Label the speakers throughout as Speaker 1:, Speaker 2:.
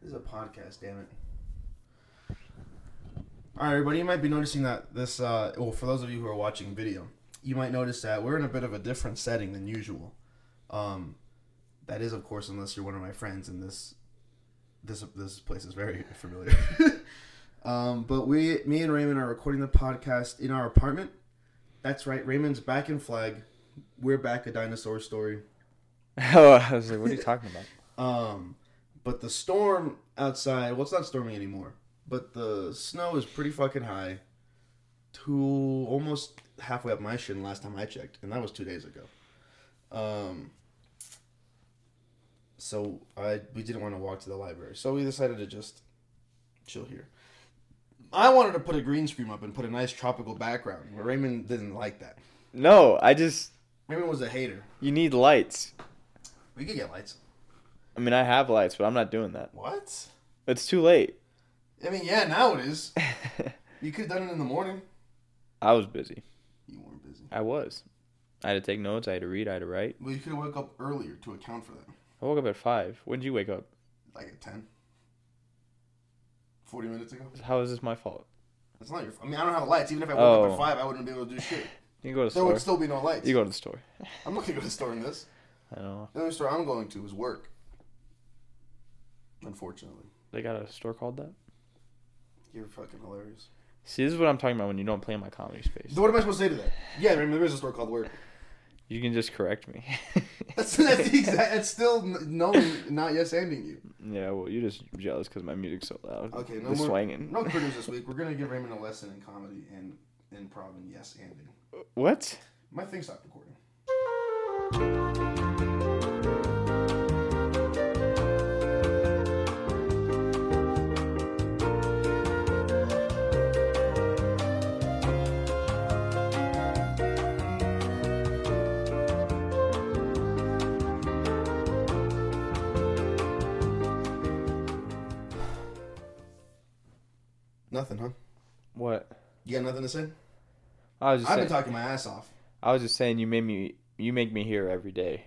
Speaker 1: This is a podcast, damn it. All right, everybody, you might be noticing that this, uh, well, for those of you who are watching video, you might notice that we're in a bit of a different setting than usual. Um, that is, of course, unless you're one of my friends, and this, this, this place is very familiar. um, but we, me and Raymond are recording the podcast in our apartment. That's right, Raymond's back in flag. We're back a dinosaur story.
Speaker 2: Oh, I was like, what are you talking about?
Speaker 1: Um, but the storm outside, well, it's not storming anymore, but the snow is pretty fucking high to almost halfway up my shin last time I checked, and that was two days ago. Um, so I we didn't want to walk to the library, so we decided to just chill here. I wanted to put a green screen up and put a nice tropical background, but Raymond didn't like that.
Speaker 2: No, I just
Speaker 1: Raymond was a hater.
Speaker 2: you need lights.
Speaker 1: We could get lights.
Speaker 2: I mean, I have lights, but I'm not doing that.
Speaker 1: What?
Speaker 2: It's too late.
Speaker 1: I mean, yeah, now it is. You could have done it in the morning.
Speaker 2: I was busy.
Speaker 1: You weren't busy.
Speaker 2: I was. I had to take notes. I had to read. I had to write.
Speaker 1: Well, you could have woke up earlier to account for that.
Speaker 2: I woke up at five. When did you wake up?
Speaker 1: Like at 10. 40 minutes ago.
Speaker 2: How is this my fault?
Speaker 1: That's not your I mean, I don't have lights. Even if I woke up
Speaker 2: Oh.
Speaker 1: at 5, I wouldn't be able to do shit.
Speaker 2: You can go to the
Speaker 1: There
Speaker 2: store.
Speaker 1: would still be no lights.
Speaker 2: You go to the store.
Speaker 1: I'm not going to go to the store in this.
Speaker 2: I don't know.
Speaker 1: The only store I'm going to is work. Unfortunately.
Speaker 2: They got a store called that.
Speaker 1: You're fucking hilarious.
Speaker 2: See, this is what I'm talking about when you don't play in my comedy space.
Speaker 1: So what am I supposed to say to that? Yeah, I mean, there is a store called Work.
Speaker 2: You can just correct me.
Speaker 1: That's, that's the exact. That's still n- knowing, not yes ending you.
Speaker 2: yeah, well, you're just jealous because my music's so loud.
Speaker 1: Okay, no
Speaker 2: the
Speaker 1: more-
Speaker 2: swanging.
Speaker 1: No critters this week. We're going to give Raymond a lesson in comedy and improv and yes ending.
Speaker 2: What?
Speaker 1: My thing stopped recording. Nothing, huh?
Speaker 2: What?
Speaker 1: You got nothing to say?
Speaker 2: I was just
Speaker 1: I've
Speaker 2: saying,
Speaker 1: been talking my ass off.
Speaker 2: I was just saying you made me you make me hear every day.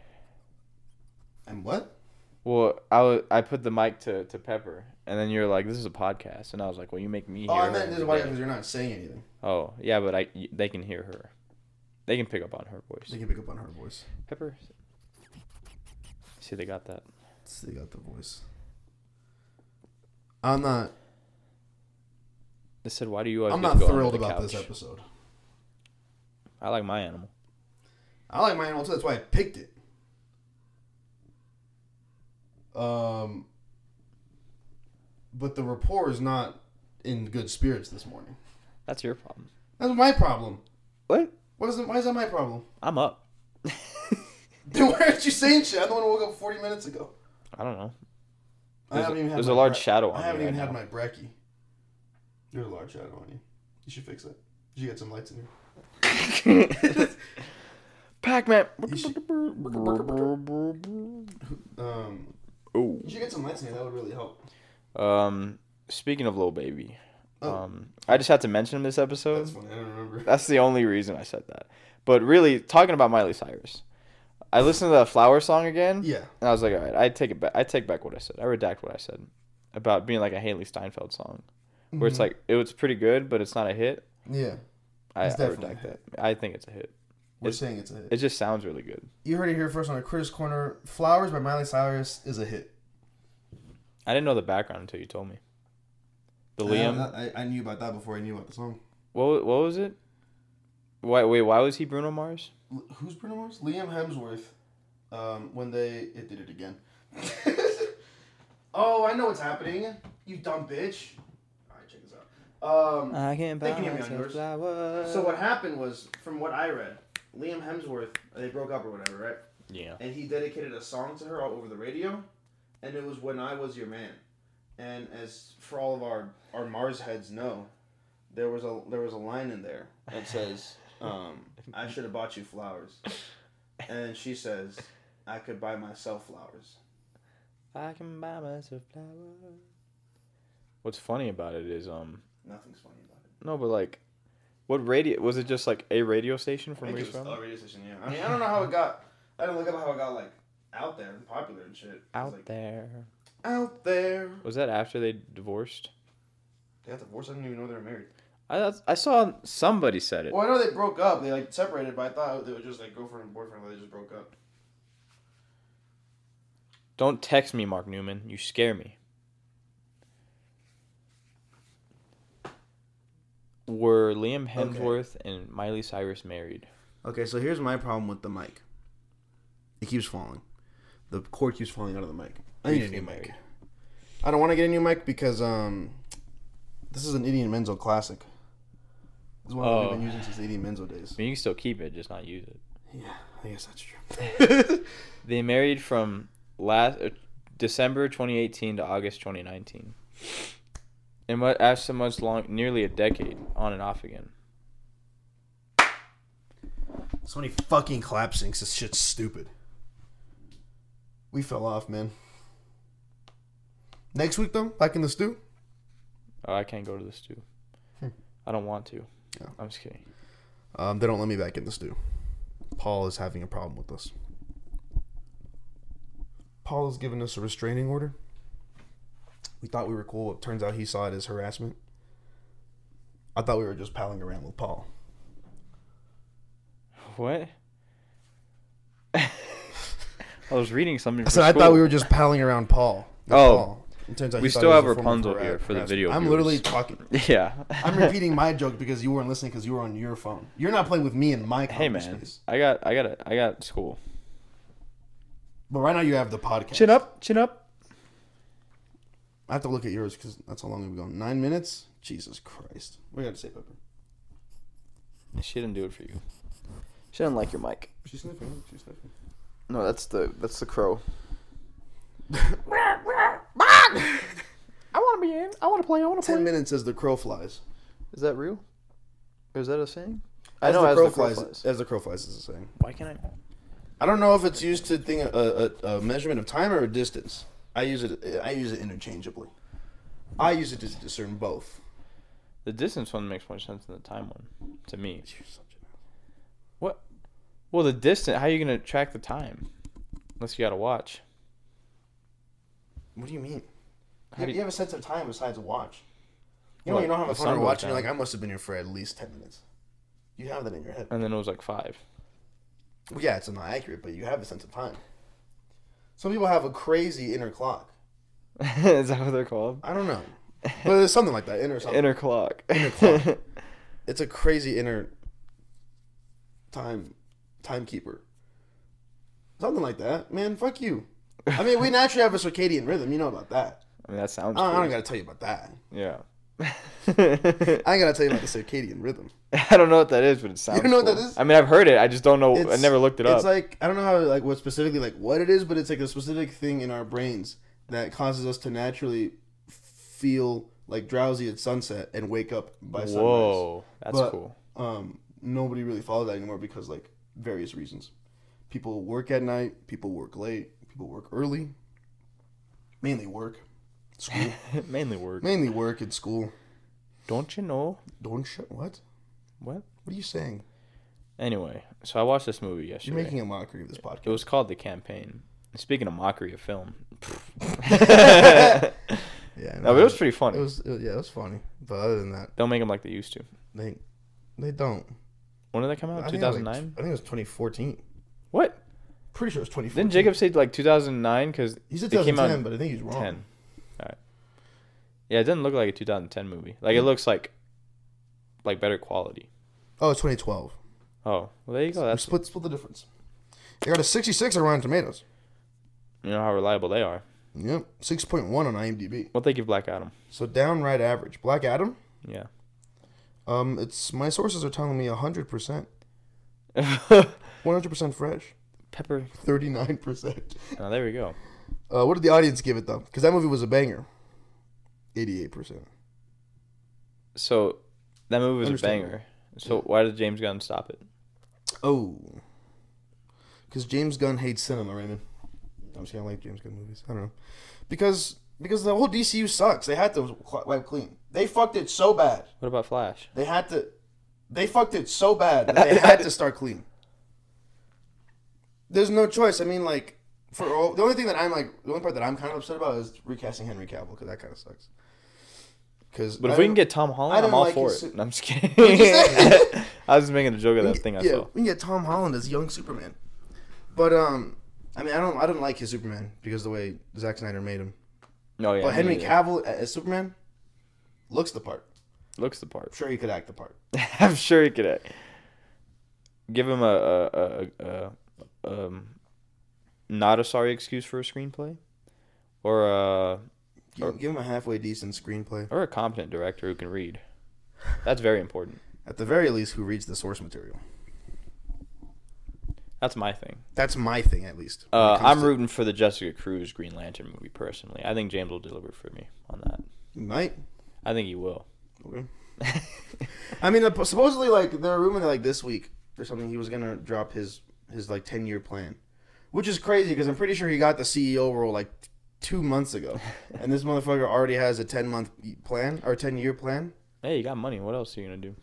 Speaker 1: And what?
Speaker 2: Well, I wa- I put the mic to, to Pepper, and then you're like, "This is a podcast," and I was like, "Well, you make me hear."
Speaker 1: Oh, I
Speaker 2: her
Speaker 1: meant this
Speaker 2: every
Speaker 1: is why
Speaker 2: day."
Speaker 1: because you're not saying anything.
Speaker 2: Oh, yeah, but I y- they can hear her, they can pick up on her voice.
Speaker 1: They can pick up on her voice.
Speaker 2: Pepper, see, they got that.
Speaker 1: So they got the voice. I'm not.
Speaker 2: They said, "Why do you always?"
Speaker 1: I'm
Speaker 2: get
Speaker 1: not
Speaker 2: to go under
Speaker 1: thrilled
Speaker 2: the
Speaker 1: about this
Speaker 2: couch?"
Speaker 1: episode.
Speaker 2: I like my animal.
Speaker 1: I like my animal too. That's why I picked it. Um. But the rapport is not in good spirits this morning.
Speaker 2: That's your problem.
Speaker 1: That's my problem.
Speaker 2: What?
Speaker 1: What is it? Why is that my problem?
Speaker 2: I'm up.
Speaker 1: Then why aren't you saying shit? I'm the one who woke up 40 minutes ago.
Speaker 2: I don't know.
Speaker 1: I
Speaker 2: There's-
Speaker 1: haven't even had
Speaker 2: there's
Speaker 1: my
Speaker 2: a large
Speaker 1: bre-
Speaker 2: shadow on
Speaker 1: I
Speaker 2: you
Speaker 1: haven't even
Speaker 2: right
Speaker 1: had
Speaker 2: now.
Speaker 1: my brekkie. There's a large shadow on you. You should fix that. You should get some lights in here.
Speaker 2: Pac-Man.
Speaker 1: You should- Um,
Speaker 2: Oh.
Speaker 1: you should get some lights in here. That would really help.
Speaker 2: Um. Speaking of little baby,
Speaker 1: Oh.
Speaker 2: um, I just had to mention him this episode.
Speaker 1: That's funny. I don't remember.
Speaker 2: That's the only reason I said that. But really, talking about Miley Cyrus, I listened to that flower song again,
Speaker 1: Yeah.
Speaker 2: and I was like, all right, I take it back. I take back what I said. I redact what I said about being like a Haley Steinfeld song, where it's like it was pretty good, but it's not a hit.
Speaker 1: Mm-hmm. Yeah.
Speaker 2: I, I
Speaker 1: It's definitely a
Speaker 2: redact that. I think it's a hit.
Speaker 1: We're
Speaker 2: It's-
Speaker 1: saying it's a hit.
Speaker 2: It just sounds really good.
Speaker 1: You heard it here first on a Critters Corner. Flowers by Miley Cyrus is a hit.
Speaker 2: I didn't know the background until you told me. The
Speaker 1: I-
Speaker 2: Liam,
Speaker 1: I, I knew about that before I knew about the song.
Speaker 2: what wa- what was it? Why wait? Why was he Bruno Mars?
Speaker 1: L- who's Bruno Mars? Liam Hemsworth. Um, when they it did it again. oh, I know what's happening. You dumb bitch. All right, check this out. Um,
Speaker 2: I can't
Speaker 1: They can hear me on yours.
Speaker 2: flowers.
Speaker 1: So what happened was, from what I read, Liam Hemsworth they broke up or whatever, right?
Speaker 2: Yeah.
Speaker 1: And he dedicated a song to her all over the radio, and it was "When I Was Your Man." And as for all of our our Mars heads know, there was a there was a line in there that says, um, "I should have bought you flowers," and she says, "I could buy myself flowers."
Speaker 2: I can buy myself flowers. What's funny about it is, um,
Speaker 1: Nothing's funny about it.
Speaker 2: no, but like, what radio was it? Just like a radio station from
Speaker 1: I
Speaker 2: where
Speaker 1: think
Speaker 2: he's
Speaker 1: it was
Speaker 2: from?
Speaker 1: a radio station. Yeah, I mean, I don't know how it got. I didn't look up how it got like out there and popular and shit. It was
Speaker 2: Out
Speaker 1: like,
Speaker 2: there,
Speaker 1: out there.
Speaker 2: Was that after they divorced?
Speaker 1: They got divorced. I didn't even know they were married.
Speaker 2: I thought- I saw somebody said it.
Speaker 1: Well, I know they broke up. They like separated, but I thought they were just like girlfriend and boyfriend. They just broke up.
Speaker 2: Don't text me, Mark Newman. You scare me. Were Liam Hemsworth and Miley Cyrus married?
Speaker 1: Okay, so here's my problem with the mic. It keeps falling. The cord keeps falling out of the mic. I need a new mic.
Speaker 2: Married.
Speaker 1: I don't want to get a new mic because um, this is an Idiot Menzo classic. This is one that
Speaker 2: Oh.
Speaker 1: we've been using since the Idiot Menzo days.
Speaker 2: I mean, you can still keep it, just not use it.
Speaker 1: Yeah, I guess that's true.
Speaker 2: They married from last uh, December 2018 to August 2019. And what after so much long, nearly a decade, on and off again.
Speaker 1: so many fucking clap syncs. This shit's stupid. We fell off, man. Next week though, back in the stew.
Speaker 2: Oh, I can't go to this too. I don't want to.
Speaker 1: Yeah.
Speaker 2: I'm just kidding.
Speaker 1: Um, they don't let me back in the stew. Paul is having a problem with us. Paul has given us a restraining order. We thought we were cool. It turns out he saw it as harassment. I thought we were just palling around with Paul.
Speaker 2: What? I was reading something. For
Speaker 1: So I
Speaker 2: school.
Speaker 1: thought we were just palling around Paul. with
Speaker 2: Oh.
Speaker 1: Paul. It turns out
Speaker 2: We
Speaker 1: he thought
Speaker 2: still
Speaker 1: it was
Speaker 2: have
Speaker 1: a form of
Speaker 2: Rapunzel
Speaker 1: hara-
Speaker 2: here for the
Speaker 1: harassment.
Speaker 2: video
Speaker 1: I'm
Speaker 2: viewers.
Speaker 1: literally talking.
Speaker 2: Yeah.
Speaker 1: I'm repeating my joke because you weren't listening because you were on your phone. You're not playing with me in my
Speaker 2: hey
Speaker 1: comfort
Speaker 2: man,
Speaker 1: space.
Speaker 2: I got I got a, I got school.
Speaker 1: But right now you have the podcast.
Speaker 2: Chin up, chin up.
Speaker 1: I have to look at yours because that's how long we've gone. Nine minutes? Jesus Christ. We got to say, Pepper.
Speaker 2: She didn't do it for you. She didn't like your mic.
Speaker 1: She's sniffing. She's sniffing.
Speaker 2: No, that's the that's the crow. I want to be in. I want to play. I want to
Speaker 1: Ten minutes as the crow flies.
Speaker 2: Is that real? Or is that a saying?
Speaker 1: As the crow, flies, As the crow flies is the saying.
Speaker 2: Why can't I?
Speaker 1: I don't know if it's used to thing a, a, a uh, measurement of time or a distance. I use it. I use it interchangeably. I use it to discern both.
Speaker 2: The distance one makes more sense than the time one to me.
Speaker 1: You're such an asshole.
Speaker 2: What? Well, the distance. How are you gonna track the time? Unless you got a watch.
Speaker 1: What do you mean?
Speaker 2: How
Speaker 1: You have,
Speaker 2: do you-
Speaker 1: you have a sense of time besides a watch. You know,
Speaker 2: What?
Speaker 1: you don't have
Speaker 2: The
Speaker 1: a phone
Speaker 2: sun
Speaker 1: or a
Speaker 2: goes
Speaker 1: watch, and you're
Speaker 2: down.
Speaker 1: like, I must have been here for at least ten minutes. You have that in your head.
Speaker 2: And then it was like five.
Speaker 1: Well, yeah, it's not accurate, but you have a sense of time. Some people have a crazy inner clock.
Speaker 2: is that what they're called?
Speaker 1: I don't know, but it's something like that. Inner something.
Speaker 2: Inner clock. Inner
Speaker 1: clock. it's a crazy inner time timekeeper. Something like that, man. Fuck you. I mean, we naturally have a circadian rhythm. You know about that.
Speaker 2: I mean, that sounds.
Speaker 1: I don't, I don't
Speaker 2: cool.
Speaker 1: gotta tell you about that.
Speaker 2: Yeah.
Speaker 1: I ain't gotta tell you about the circadian rhythm.
Speaker 2: I don't know what that is, but it sounds.
Speaker 1: don't know what
Speaker 2: cool.
Speaker 1: that is?
Speaker 2: I mean, I've heard it. I just don't know. I never looked it up.
Speaker 1: It's like I don't know how like what specifically like what it is, but it's like a specific thing in our brains that causes us to naturally feel like drowsy at sunset and wake up by sunrise.
Speaker 2: Whoa, that's
Speaker 1: But-
Speaker 2: cool.
Speaker 1: um, nobody really follows that anymore because like various reasons. People work at night. People work late. People work early. Mainly work, school.
Speaker 2: Mainly work.
Speaker 1: Mainly work at school.
Speaker 2: Don't you know
Speaker 1: Don't shut. What?
Speaker 2: what?
Speaker 1: What are you saying?
Speaker 2: Anyway, so I watched this movie
Speaker 1: You're
Speaker 2: yesterday.
Speaker 1: making a mockery of this
Speaker 2: It
Speaker 1: podcast.
Speaker 2: was called The Campaign. Speaking of mockery of film,
Speaker 1: Yeah,
Speaker 2: no, but it was pretty funny.
Speaker 1: It was it- yeah, it was funny. But other than that,
Speaker 2: Don't make them like they used to.
Speaker 1: they they don't.
Speaker 2: When did that come out?
Speaker 1: I
Speaker 2: Two
Speaker 1: think it was,
Speaker 2: thousand
Speaker 1: like,
Speaker 2: nine.
Speaker 1: I think it was 2014.
Speaker 2: What?
Speaker 1: Pretty sure it was 2014.
Speaker 2: Didn't Jacob say like two thousand nine? Because
Speaker 1: He said
Speaker 2: it came out
Speaker 1: 2010, but I think he's wrong.
Speaker 2: ten. All right. Yeah, it doesn't look like a two thousand ten movie. Like it
Speaker 1: Hmm.
Speaker 2: looks like, like better quality.
Speaker 1: Oh, it's 2012.
Speaker 2: Oh, well, there you go. That's
Speaker 1: split split the difference. They got a 66 on Rotten Tomatoes.
Speaker 2: you know how reliable they are.
Speaker 1: Yep, 6.1 on IMDb.
Speaker 2: What they give Black Adam?
Speaker 1: So downright average. Black Adam.
Speaker 2: Yeah.
Speaker 1: Um, it's my sources are telling me 100 percent, 100 percent fresh,
Speaker 2: Pepper.
Speaker 1: 39 percent.
Speaker 2: Oh, there we go.
Speaker 1: Uh, what did the audience give it though? Because that movie was a banger. 88 percent.
Speaker 2: So that movie was a
Speaker 1: Understandable.
Speaker 2: banger. So why did James Gunn stop it?
Speaker 1: Oh. Because James Gunn hates cinema, Raymond. I'm just gonna like James Gunn movies. I don't know. Because because the whole DCU sucks. They had to cl- wipe clean. They fucked it so bad.
Speaker 2: What about Flash?
Speaker 1: They had to. They fucked it so bad that they had to start clean. There's no choice. I mean, like for all, the only thing that I'm like the only part that I'm kind of upset about is recasting Henry Cavill because that kind of sucks. Because
Speaker 2: But if we can get Tom
Speaker 1: I
Speaker 2: Holland, I'm
Speaker 1: don't
Speaker 2: all
Speaker 1: like
Speaker 2: for
Speaker 1: his
Speaker 2: it.
Speaker 1: su-
Speaker 2: No, I'm just kidding.
Speaker 1: What'd you say?
Speaker 2: I was just making a joke of that thing I
Speaker 1: yeah,
Speaker 2: saw.
Speaker 1: we can get Tom Holland as young Superman. But um, I mean, I don't I don't like his Superman because of the way Zack Snyder made him.
Speaker 2: No, yeah.
Speaker 1: But Henry
Speaker 2: yeah.
Speaker 1: Cavill as Superman looks the part.
Speaker 2: looks the part.
Speaker 1: I'm sure he could act the part.
Speaker 2: I'm sure he could uh, give him a, a, a, a, a um, not a sorry excuse for a screenplay, or a
Speaker 1: Give, give him a halfway decent screenplay.
Speaker 2: or a competent director who can read. That's very important.
Speaker 1: At the very least, who reads the source material?
Speaker 2: That's my thing.
Speaker 1: That's my thing, at least. when it
Speaker 2: Uh,
Speaker 1: comes
Speaker 2: I'm
Speaker 1: to-
Speaker 2: rooting for the Jessica Cruz Green Lantern movie personally. I think James will deliver for me on that.
Speaker 1: You might.
Speaker 2: I think he will.
Speaker 1: Okay. I mean, app- supposedly, like they're rumoring that, like this week or something, he was gonna drop his his like ten year plan, which is crazy because I'm pretty sure he got the CEO role like t- two months ago, and this motherfucker already has a ten month plan or ten year plan.
Speaker 2: hey, you got money. What else are you gonna do?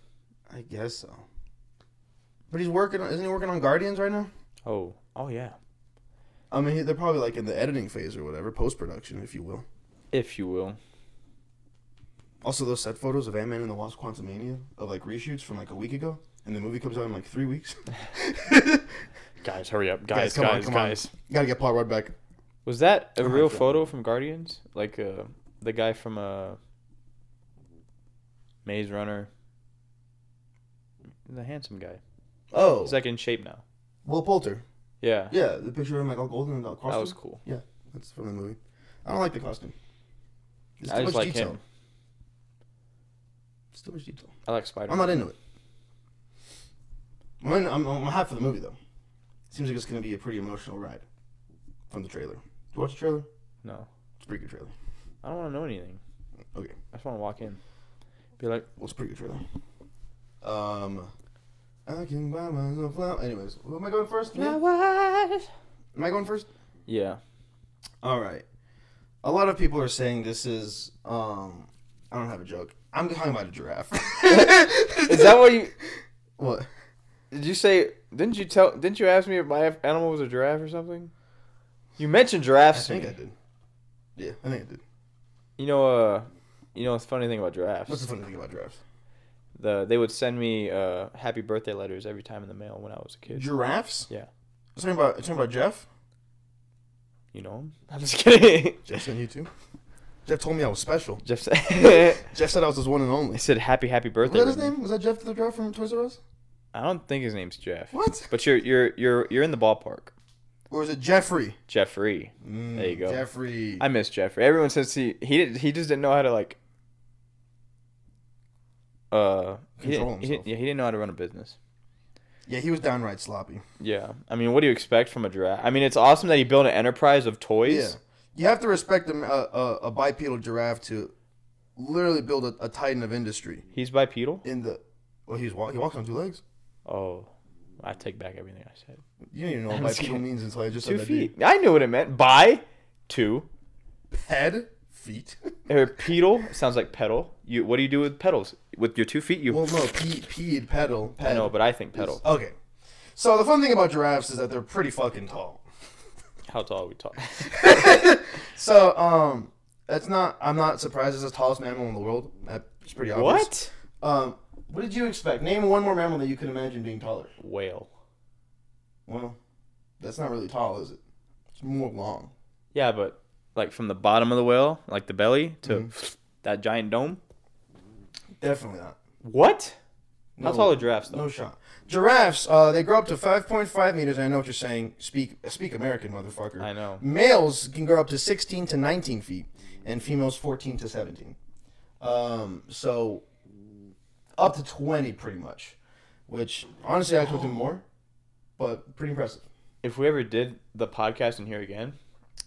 Speaker 1: I guess so. But he's working. On, isn't he working on Guardians right now?
Speaker 2: Oh, oh yeah,
Speaker 1: I mean, they're probably like in the editing phase or whatever, post production, if you will.
Speaker 2: if you will.
Speaker 1: Also, those set photos of Ant Man and the Wasp: Quantumania of like reshoots from like a week ago, and the movie comes out in like three weeks.
Speaker 2: Guys, hurry up,
Speaker 1: Guys,
Speaker 2: guys, guys,
Speaker 1: come on,
Speaker 2: guys.
Speaker 1: come on. Gotta get Paul Rudd back.
Speaker 2: Was that a
Speaker 1: Oh my
Speaker 2: real
Speaker 1: God.
Speaker 2: photo from Guardians? Like uh, the guy from uh, Maze Runner, the handsome guy.
Speaker 1: Oh,
Speaker 2: He's like in shape now.
Speaker 1: Will Poulter.
Speaker 2: Yeah,
Speaker 1: Yeah, the picture of him like all golden and all costume.
Speaker 2: that was cool.
Speaker 1: That's from the movie. I don't like the costume. There's
Speaker 2: I just like him.
Speaker 1: There's too much detail.
Speaker 2: I like Spider.
Speaker 1: I'm not into it. I'm, in, I'm, I'm hyped for the movie though. Seems like it's gonna be a pretty emotional ride. From the trailer. Did you watch the trailer?
Speaker 2: No,
Speaker 1: It's a pretty good trailer.
Speaker 2: I don't want to know anything.
Speaker 1: Okay.
Speaker 2: I just want to walk in, be like,
Speaker 1: Well, it's a pretty good trailer. Um, I can buy myself flowers. Anyways, who am I going first? Me?
Speaker 2: flowers.
Speaker 1: Am I going first?
Speaker 2: Yeah,
Speaker 1: All right. A lot of people are saying this is. Um, I don't have a joke. I'm talking about a giraffe.
Speaker 2: is that what you?
Speaker 1: what?
Speaker 2: Did you say? Didn't you tell? Didn't you ask me if my animal was a giraffe or something? You mentioned
Speaker 1: I
Speaker 2: giraffes. to
Speaker 1: think
Speaker 2: me.
Speaker 1: I did. Yeah, I think I did.
Speaker 2: You know, uh, you know, it's funny thing about giraffes.
Speaker 1: What's the funny thing about giraffes?
Speaker 2: the they would send me uh happy birthday letters every time in the mail when I was a kid.
Speaker 1: Giraffes?
Speaker 2: Yeah.
Speaker 1: You're talking about, you're talking about Jeff?
Speaker 2: You know him? I'm just kidding.
Speaker 1: Jeff's on YouTube. Jeff told me I was special.
Speaker 2: Jeff said,
Speaker 1: Jeff said I was his one and
Speaker 2: they
Speaker 1: only.
Speaker 2: said happy happy
Speaker 1: Was
Speaker 2: birthday.
Speaker 1: that his
Speaker 2: Remy.
Speaker 1: name? Was that Jeff the giraffe from Toys R Us?
Speaker 2: I don't think his name's Jeff.
Speaker 1: What?
Speaker 2: But you're you're you're you're in the ballpark.
Speaker 1: Or is it Jeffrey? Mm,
Speaker 2: Jeffrey. There you go.
Speaker 1: Jeffrey.
Speaker 2: I miss Jeffrey. Everyone says he he did, he just didn't know how to like uh
Speaker 1: Control
Speaker 2: he didn't, he didn't-
Speaker 1: himself.
Speaker 2: yeah, he didn't know how to run a business.
Speaker 1: yeah, he was downright sloppy.
Speaker 2: Yeah. I mean, what do you expect from a giraffe? I mean, it's awesome that he built an enterprise of
Speaker 1: Yeah.
Speaker 2: toys.
Speaker 1: You have to respect a, a, a bipedal giraffe to literally build a, a titan of industry.
Speaker 2: He's bipedal.
Speaker 1: in the well he's walk, he walks on two legs
Speaker 2: Oh, I take back everything I said.
Speaker 1: you don't even know what
Speaker 2: I'm just
Speaker 1: bipedal
Speaker 2: kidding.
Speaker 1: means until i just
Speaker 2: two
Speaker 1: said
Speaker 2: feet. I knew what it meant. By two.
Speaker 1: that dude. head feet
Speaker 2: Or pedal sounds like pedal. You what do you do with pedals? With your two feet, you.
Speaker 1: well no pee peed pedal
Speaker 2: I
Speaker 1: ped.
Speaker 2: know, but I think pedal.
Speaker 1: okay so the fun thing about giraffes is that they're pretty fucking tall
Speaker 2: How tall are we talking?
Speaker 1: so um that's not i'm not surprised it's the tallest mammal in the world that's pretty obvious
Speaker 2: What?
Speaker 1: um what did you expect name one more mammal that you could imagine being taller
Speaker 2: Whale.
Speaker 1: well that's not really tall is it it's more long
Speaker 2: Yeah, but like from the bottom of the whale, like the belly to
Speaker 1: Mm-hmm.
Speaker 2: that giant dome.
Speaker 1: definitely not
Speaker 2: What? How
Speaker 1: No.
Speaker 2: tall are giraffes though?
Speaker 1: No shot. Giraffes, uh, they grow up to 5.5 meters. I know what you're saying. Speak, speak American, motherfucker.
Speaker 2: I know.
Speaker 1: Males can grow up to 16 to 19 feet, and females 14 to 17. Um, so up to 20, pretty much. Which honestly, I expected more, but pretty impressive.
Speaker 2: If we ever did the podcast in here again,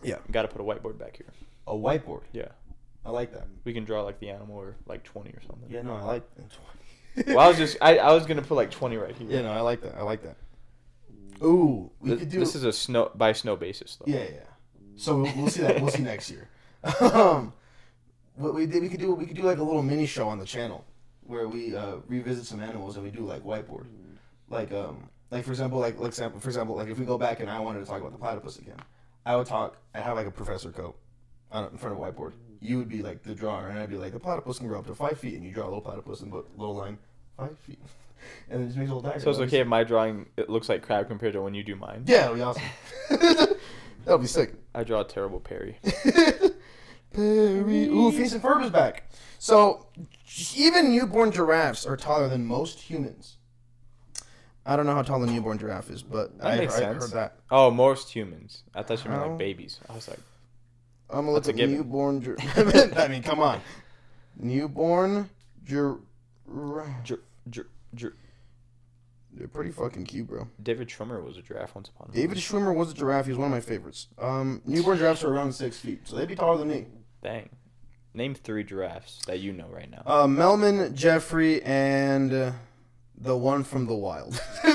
Speaker 1: Yeah.
Speaker 2: got to put a whiteboard back here.
Speaker 1: A whiteboard.
Speaker 2: Yeah,
Speaker 1: I like that.
Speaker 2: we can draw like the animal or like twenty or something.
Speaker 1: Yeah, no, I like that.
Speaker 2: Well, I was just I, I was gonna put like twenty right here.
Speaker 1: yeah, no, I like that. I like that. Ooh, we
Speaker 2: Th-
Speaker 1: could do.
Speaker 2: this is a snow by snow basis though.
Speaker 1: Yeah, yeah. So we'll we'll see that. We'll see next year. Um, what we did, we could do we could do like a little mini show on the channel where we uh, revisit some animals and we do like whiteboard, like um like for example like like example for example like if we go back and I wanted to talk about the platypus again, I would talk. I have like a professor coat on in front of a whiteboard. You would be like the drawer, and I'd be like the platypus can grow up to five feet, and you draw a little platypus and put little line five feet, and then just makes a little dagger.
Speaker 2: So it's okay if my drawing it looks like crab compared to when you do mine.
Speaker 1: Yeah, that'd be awesome. that'd be sick.
Speaker 2: I draw a terrible Perry.
Speaker 1: Perry. Ooh, Feast and Ferb is back. So, even newborn giraffes are taller than most humans. I don't know how tall a newborn giraffe is, but
Speaker 2: That
Speaker 1: I,
Speaker 2: makes
Speaker 1: I
Speaker 2: sense.
Speaker 1: heard that.
Speaker 2: Oh, most humans. I thought you meant
Speaker 1: How?
Speaker 2: like babies. I was like,
Speaker 1: I'm gonna look
Speaker 2: That's a
Speaker 1: at
Speaker 2: given.
Speaker 1: newborn giraffe. I mean, come on. Newborn giraffe.
Speaker 2: Gir- gir- gir-
Speaker 1: They're pretty fucking cute, bro.
Speaker 2: David Schwimmer was a giraffe once upon a
Speaker 1: David Schwimmer was a giraffe. He was one of my favorites. Um, newborn giraffes are around six feet, so they'd be taller than me.
Speaker 2: Dang. Name three giraffes that you know right now.
Speaker 1: Uh, Melman, Jeffrey, and uh, the one from the wild.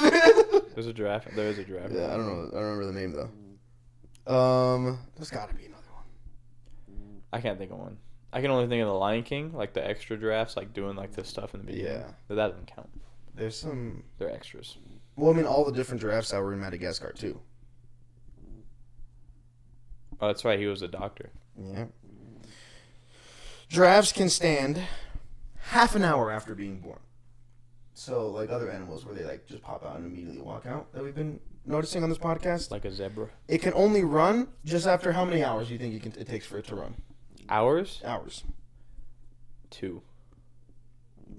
Speaker 2: There's a giraffe. There is a giraffe.
Speaker 1: Yeah, I don't know. I don't remember the name though. Um, there's got to be another one.
Speaker 2: I can't think of one. I can only think of the Lion King, like the extra giraffes, like doing like this stuff in the beginning.
Speaker 1: Yeah.
Speaker 2: But that doesn't count.
Speaker 1: There's some.
Speaker 2: They're extras.
Speaker 1: Well, I mean, all the different giraffes that were in Madagascar too.
Speaker 2: Oh, that's right. He was a doctor.
Speaker 1: Yeah. Giraffes can stand half an hour after being born. So, like other animals, where they like just pop out and immediately walk out, that we've been noticing on this podcast,
Speaker 2: Like a zebra.
Speaker 1: it can only run just after how many hours do you think it, can, it takes for it to run?
Speaker 2: Hours?
Speaker 1: Hours.
Speaker 2: Two.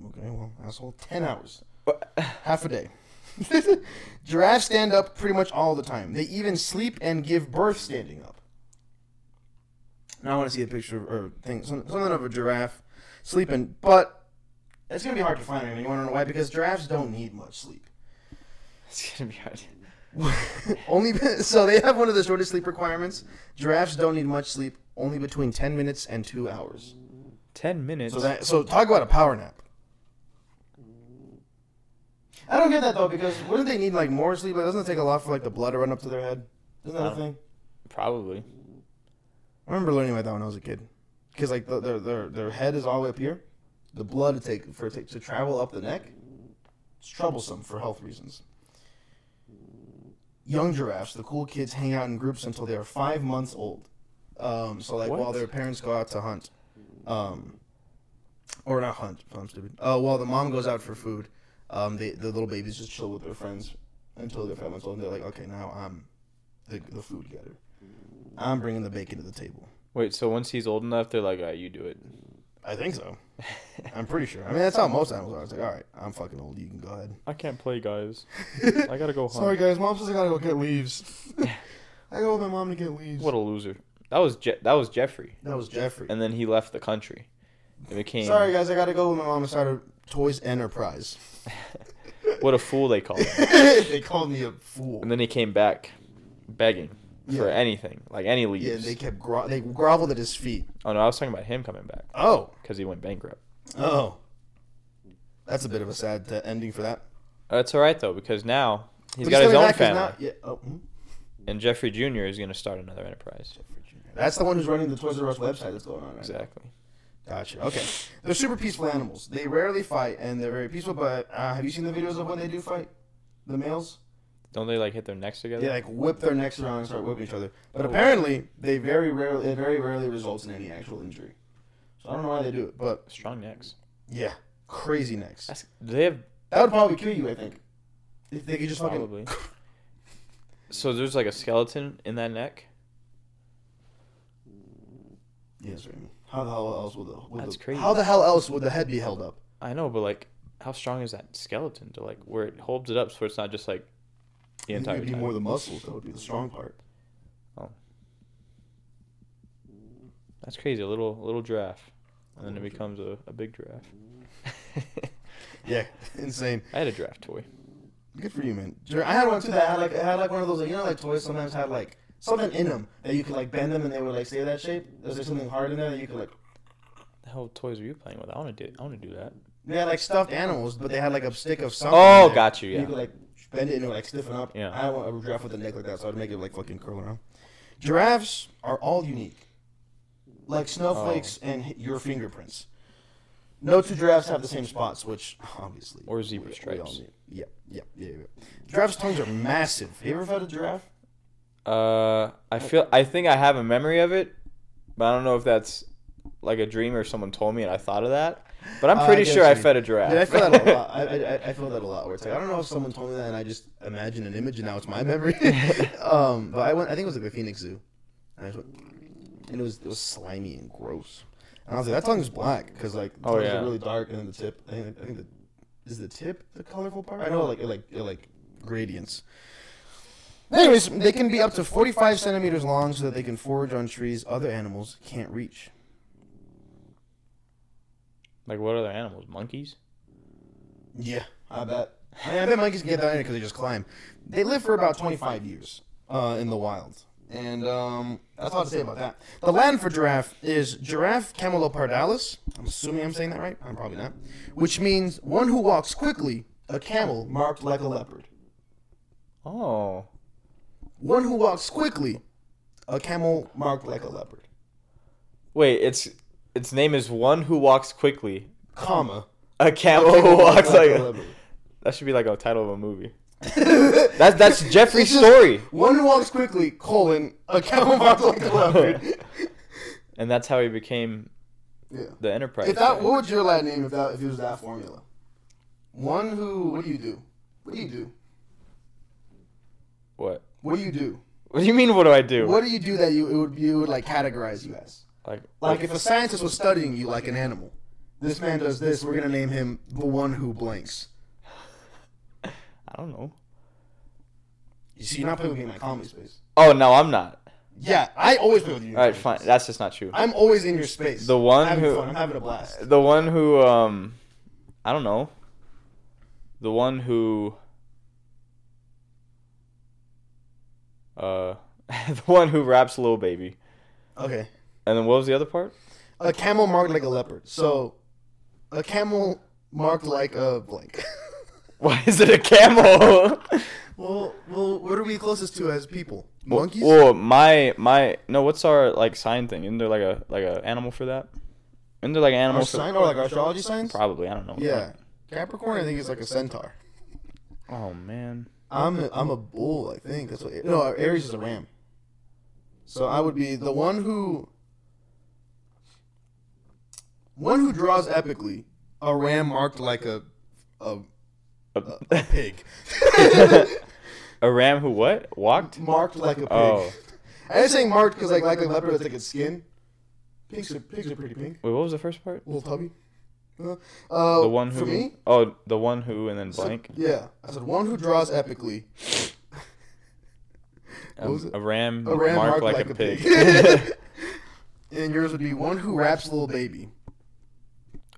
Speaker 1: Okay, well, asshole, ten hours.
Speaker 2: But
Speaker 1: half a day. Giraffes stand up pretty much all the time. They even sleep and give birth standing up. Now I want to see a picture of- or thing, some- something of a giraffe sleeping, but it's gonna be hard to find. And you want to know why? Because giraffes don't need much sleep.
Speaker 2: it's gonna be hard.
Speaker 1: only be- so they have one of the shortest sleep requirements. Giraffes don't need much sleep, only between ten minutes and two hours.
Speaker 2: Ten minutes.
Speaker 1: So that so talk about a power nap. I don't get that though because wouldn't they need like more sleep? Like, doesn't it take a lot for like the blood to run up to their head? Isn't that a
Speaker 2: Um,
Speaker 1: thing?
Speaker 2: Probably.
Speaker 1: I remember learning about that when I was a kid, because like the, their their their head is all the way up here. The blood to take for it to, to travel up the neck, it's troublesome for health reasons. Young giraffes, the cool kids hang out in groups until they are five months old. Um, so like
Speaker 2: What?
Speaker 1: while their parents go out to hunt, um, or not hunt, I'm stupid. Uh, while the mom goes out for food, um, they, the little babies just chill with their friends until they're five months old. And they're like, okay, now I'm the, the food getter. I'm bringing the bacon to the table.
Speaker 2: Wait. So once he's old enough, they're like, "All right, you do it."
Speaker 1: I think so. I'm pretty sure. I mean, that's how most animals are. It's like, all right, I'm fucking old. You can go ahead.
Speaker 2: I can't play, guys. I gotta go home.
Speaker 1: Sorry, guys. Mom says I gotta go get leaves. I go with my mom to get leaves.
Speaker 2: What a loser. That was Je- that was Jeffrey,
Speaker 1: That was Jeffrey.
Speaker 2: and then he left the country. It became
Speaker 1: Sorry, guys. I gotta go with my mom and start a toys enterprise.
Speaker 2: what a fool they called him.
Speaker 1: they called me a fool.
Speaker 2: And then he came back begging
Speaker 1: Yeah.
Speaker 2: for anything, like any leaves.
Speaker 1: Yeah, they kept gro- they groveled at his feet.
Speaker 2: Oh no, I was talking about him coming back
Speaker 1: Oh,
Speaker 2: because he went bankrupt.
Speaker 1: oh, that's a bit of a sad uh, ending for that.
Speaker 2: That's all right though, because now he's
Speaker 1: But
Speaker 2: got his
Speaker 1: coming
Speaker 2: own
Speaker 1: back, he's
Speaker 2: family,
Speaker 1: not- yeah, oh, hmm.
Speaker 2: and Jeffrey Jr. is going to start another enterprise.
Speaker 1: That's the one who's running the Toys R Us website that's going on right now.
Speaker 2: Exactly.
Speaker 1: Gotcha. Okay. They're super peaceful animals. They rarely fight, and they're very peaceful. But uh, have you seen the videos of when they do fight? The males?
Speaker 2: Don't they like hit their necks together?
Speaker 1: They like whip their necks around and start whipping each other. But
Speaker 2: Oh.
Speaker 1: apparently, they very rarely, it very rarely results in any actual injury. So I don't know why they do it, but
Speaker 2: Strong necks.
Speaker 1: yeah, crazy necks.
Speaker 2: That's, do they have
Speaker 1: That would probably kill you, I think. If they could just fucking.
Speaker 2: probably. so there's like a skeleton in that neck.
Speaker 1: Yes, right. How the hell else would the? Would
Speaker 2: That's
Speaker 1: the,
Speaker 2: crazy.
Speaker 1: How the hell else would the head be held up?
Speaker 2: I know, but like, how strong is that skeleton to like where it holds it up so it's not just like the
Speaker 1: It
Speaker 2: entire
Speaker 1: would be
Speaker 2: time?
Speaker 1: more the muscles that would be the strong part.
Speaker 2: That's crazy. A little a little giraffe, and then it becomes a, a big giraffe.
Speaker 1: Yeah, insane.
Speaker 2: I had a giraffe toy.
Speaker 1: Good for you, man. Jer- I had one too that had like it had like one of those like you know like toys sometimes had like something in them that you could like bend them and they would like stay that shape. There's like something hard in there that you could like.
Speaker 2: The hell toys were you playing with? I want to do I want to do that.
Speaker 1: They had like stuffed animals, but they had like a stick of something. in
Speaker 2: Oh,
Speaker 1: there.
Speaker 2: got you.
Speaker 1: You
Speaker 2: Yeah.
Speaker 1: could like bend it and it would like stiffen up.
Speaker 2: Yeah.
Speaker 1: I want a giraffe with a neck like that, so I'd make it like fucking curl around. Giraffes are all unique, like snowflakes
Speaker 2: Oh.
Speaker 1: and hi- your fingerprints. No two giraffes have the same spots, which obviously
Speaker 2: Or zebra
Speaker 1: we- we all
Speaker 2: stripes.
Speaker 1: knew. Yeah, yeah, yeah, yeah. Giraffes' tongues are massive. Have you ever fed a giraffe?
Speaker 2: Uh, I feel I think I have a memory of it, but I don't know if that's like a dream or someone told me and I thought of that. But
Speaker 1: Uh, I
Speaker 2: I'm pretty
Speaker 1: get
Speaker 2: sure
Speaker 1: what
Speaker 2: I
Speaker 1: you mean.
Speaker 2: fed a giraffe.
Speaker 1: Dude, I feel that a lot. I, I, I- I feel that a lot. Where it's like I don't know if someone told me that, and I just imagine an image, and now it's my memory. um, but I went. I think it was like the Phoenix Zoo, and I just went, and it was it was slimy and gross. And I was like, that tongue's black because like the
Speaker 2: Oh,
Speaker 1: tongues
Speaker 2: yeah.
Speaker 1: are really dark, and then the tip. I think, I think the is the tip the colorful part. I know like it like it like gradients. Anyways, they can be up to 45 centimeters long so that they can forage on trees other animals can't reach.
Speaker 2: like what other animals? Monkeys?
Speaker 1: Yeah, I bet. I, mean, I bet monkeys can get down here because they just climb. They live for about 25 years uh, in the wild. And um, that's all to say about that. The land for giraffe is Giraffe camelopardalis. I'm assuming I'm saying that right. I'm probably not. Which means one who walks quickly, a camel marked like a leopard.
Speaker 2: Oh,
Speaker 1: One who walks quickly, a camel marked like a leopard.
Speaker 2: wait. It's its name is one who walks quickly.
Speaker 1: Comma.
Speaker 2: A camel who Oh, walks like a, that should be like a title of a movie.
Speaker 1: leopard.
Speaker 2: That's that's Jeffrey's
Speaker 1: It's just-
Speaker 2: story,
Speaker 1: One who walks quickly, colon, a camel marked like a leopard.
Speaker 2: and that's how he became
Speaker 1: yeah.
Speaker 2: the Enterprise.
Speaker 1: If that,
Speaker 2: guy.
Speaker 1: what would your last name if that if it was that formula? One who? What do you do? What do you do?
Speaker 2: what?
Speaker 1: What do you do?
Speaker 2: What do you mean? What do I do?
Speaker 1: What do you do that you it would you would like categorize you as?
Speaker 2: Like
Speaker 1: Like if a scientist was studying you like an animal, this man does this. We're gonna name him the one who blanks.
Speaker 2: I don't know.
Speaker 1: You see, you're not playing with me in my comedy space.
Speaker 2: Oh no, I'm not.
Speaker 1: Yeah, I always play with you. in
Speaker 2: All right,
Speaker 1: comedy
Speaker 2: fine.
Speaker 1: space.
Speaker 2: That's just not true.
Speaker 1: I'm always in your space.
Speaker 2: The one
Speaker 1: I'm having
Speaker 2: who-
Speaker 1: fun. I'm having a blast.
Speaker 2: The one who um, I don't know. The one who. Uh, the one who raps Lil Baby.
Speaker 1: Okay.
Speaker 2: And then what was the other part?
Speaker 1: A camel marked like a leopard. So, a camel marked like a blank.
Speaker 2: Why is it a camel?
Speaker 1: Well, well, what are we closest to as people? Monkeys?
Speaker 2: Well, my my no. What's our like sign thing? Isn't there like a like a animal for that? Isn't there like an animal
Speaker 1: Our
Speaker 2: for
Speaker 1: sign or like our astrology signs?
Speaker 2: probably? I don't know.
Speaker 1: Yeah. Capricorn, I think, is like a centaur.
Speaker 2: Oh man.
Speaker 1: I'm a, I'm a bull, I think. That's what. No, Aries is a ram. So I would be the one who. One who draws epically, a ram marked like a, a, a
Speaker 2: A,
Speaker 1: pig,
Speaker 2: a ram who what walked?
Speaker 1: marked like a pig.
Speaker 2: Oh.
Speaker 1: I didn't say marked because like like a leopard, it's like its skin. Pigs are pigs are pretty pink.
Speaker 2: Wait, what was the first part?
Speaker 1: Little tubby. Uh, uh,
Speaker 2: The one who
Speaker 1: for me,
Speaker 2: oh the one who and then blank
Speaker 1: So- yeah, I said one who draws epically.
Speaker 2: Um,
Speaker 1: was it?
Speaker 2: a ram,
Speaker 1: A ram
Speaker 2: marked
Speaker 1: marked
Speaker 2: like, a pig.
Speaker 1: and yours would be one who raps little baby.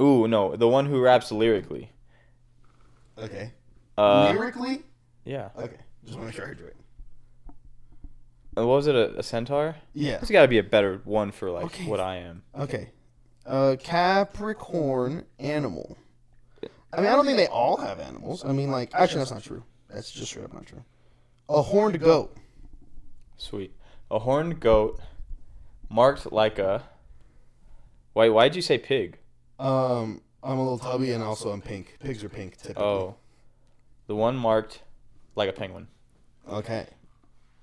Speaker 2: Ooh no, the one who raps lyrically.
Speaker 1: Okay.
Speaker 2: Uh,
Speaker 1: Lyrically.
Speaker 2: yeah.
Speaker 1: Okay. Just want to make sure I heard you right.
Speaker 2: And what was it? A, a centaur?
Speaker 1: Yeah.
Speaker 2: There's got to be a better one for like
Speaker 1: Okay.
Speaker 2: what I am.
Speaker 1: Okay. Uh, Capricorn animal. I mean, I don't think they all have animals. I mean, like, actually, that's not true. That's just straight up not true. A horned goat.
Speaker 2: Sweet. A horned goat, marked like a. Wait, why'd you say pig?
Speaker 1: Um, I'm a little tubby, and also I'm pink. Pigs are pink typically.
Speaker 2: Oh, the one marked like a penguin.
Speaker 1: Okay.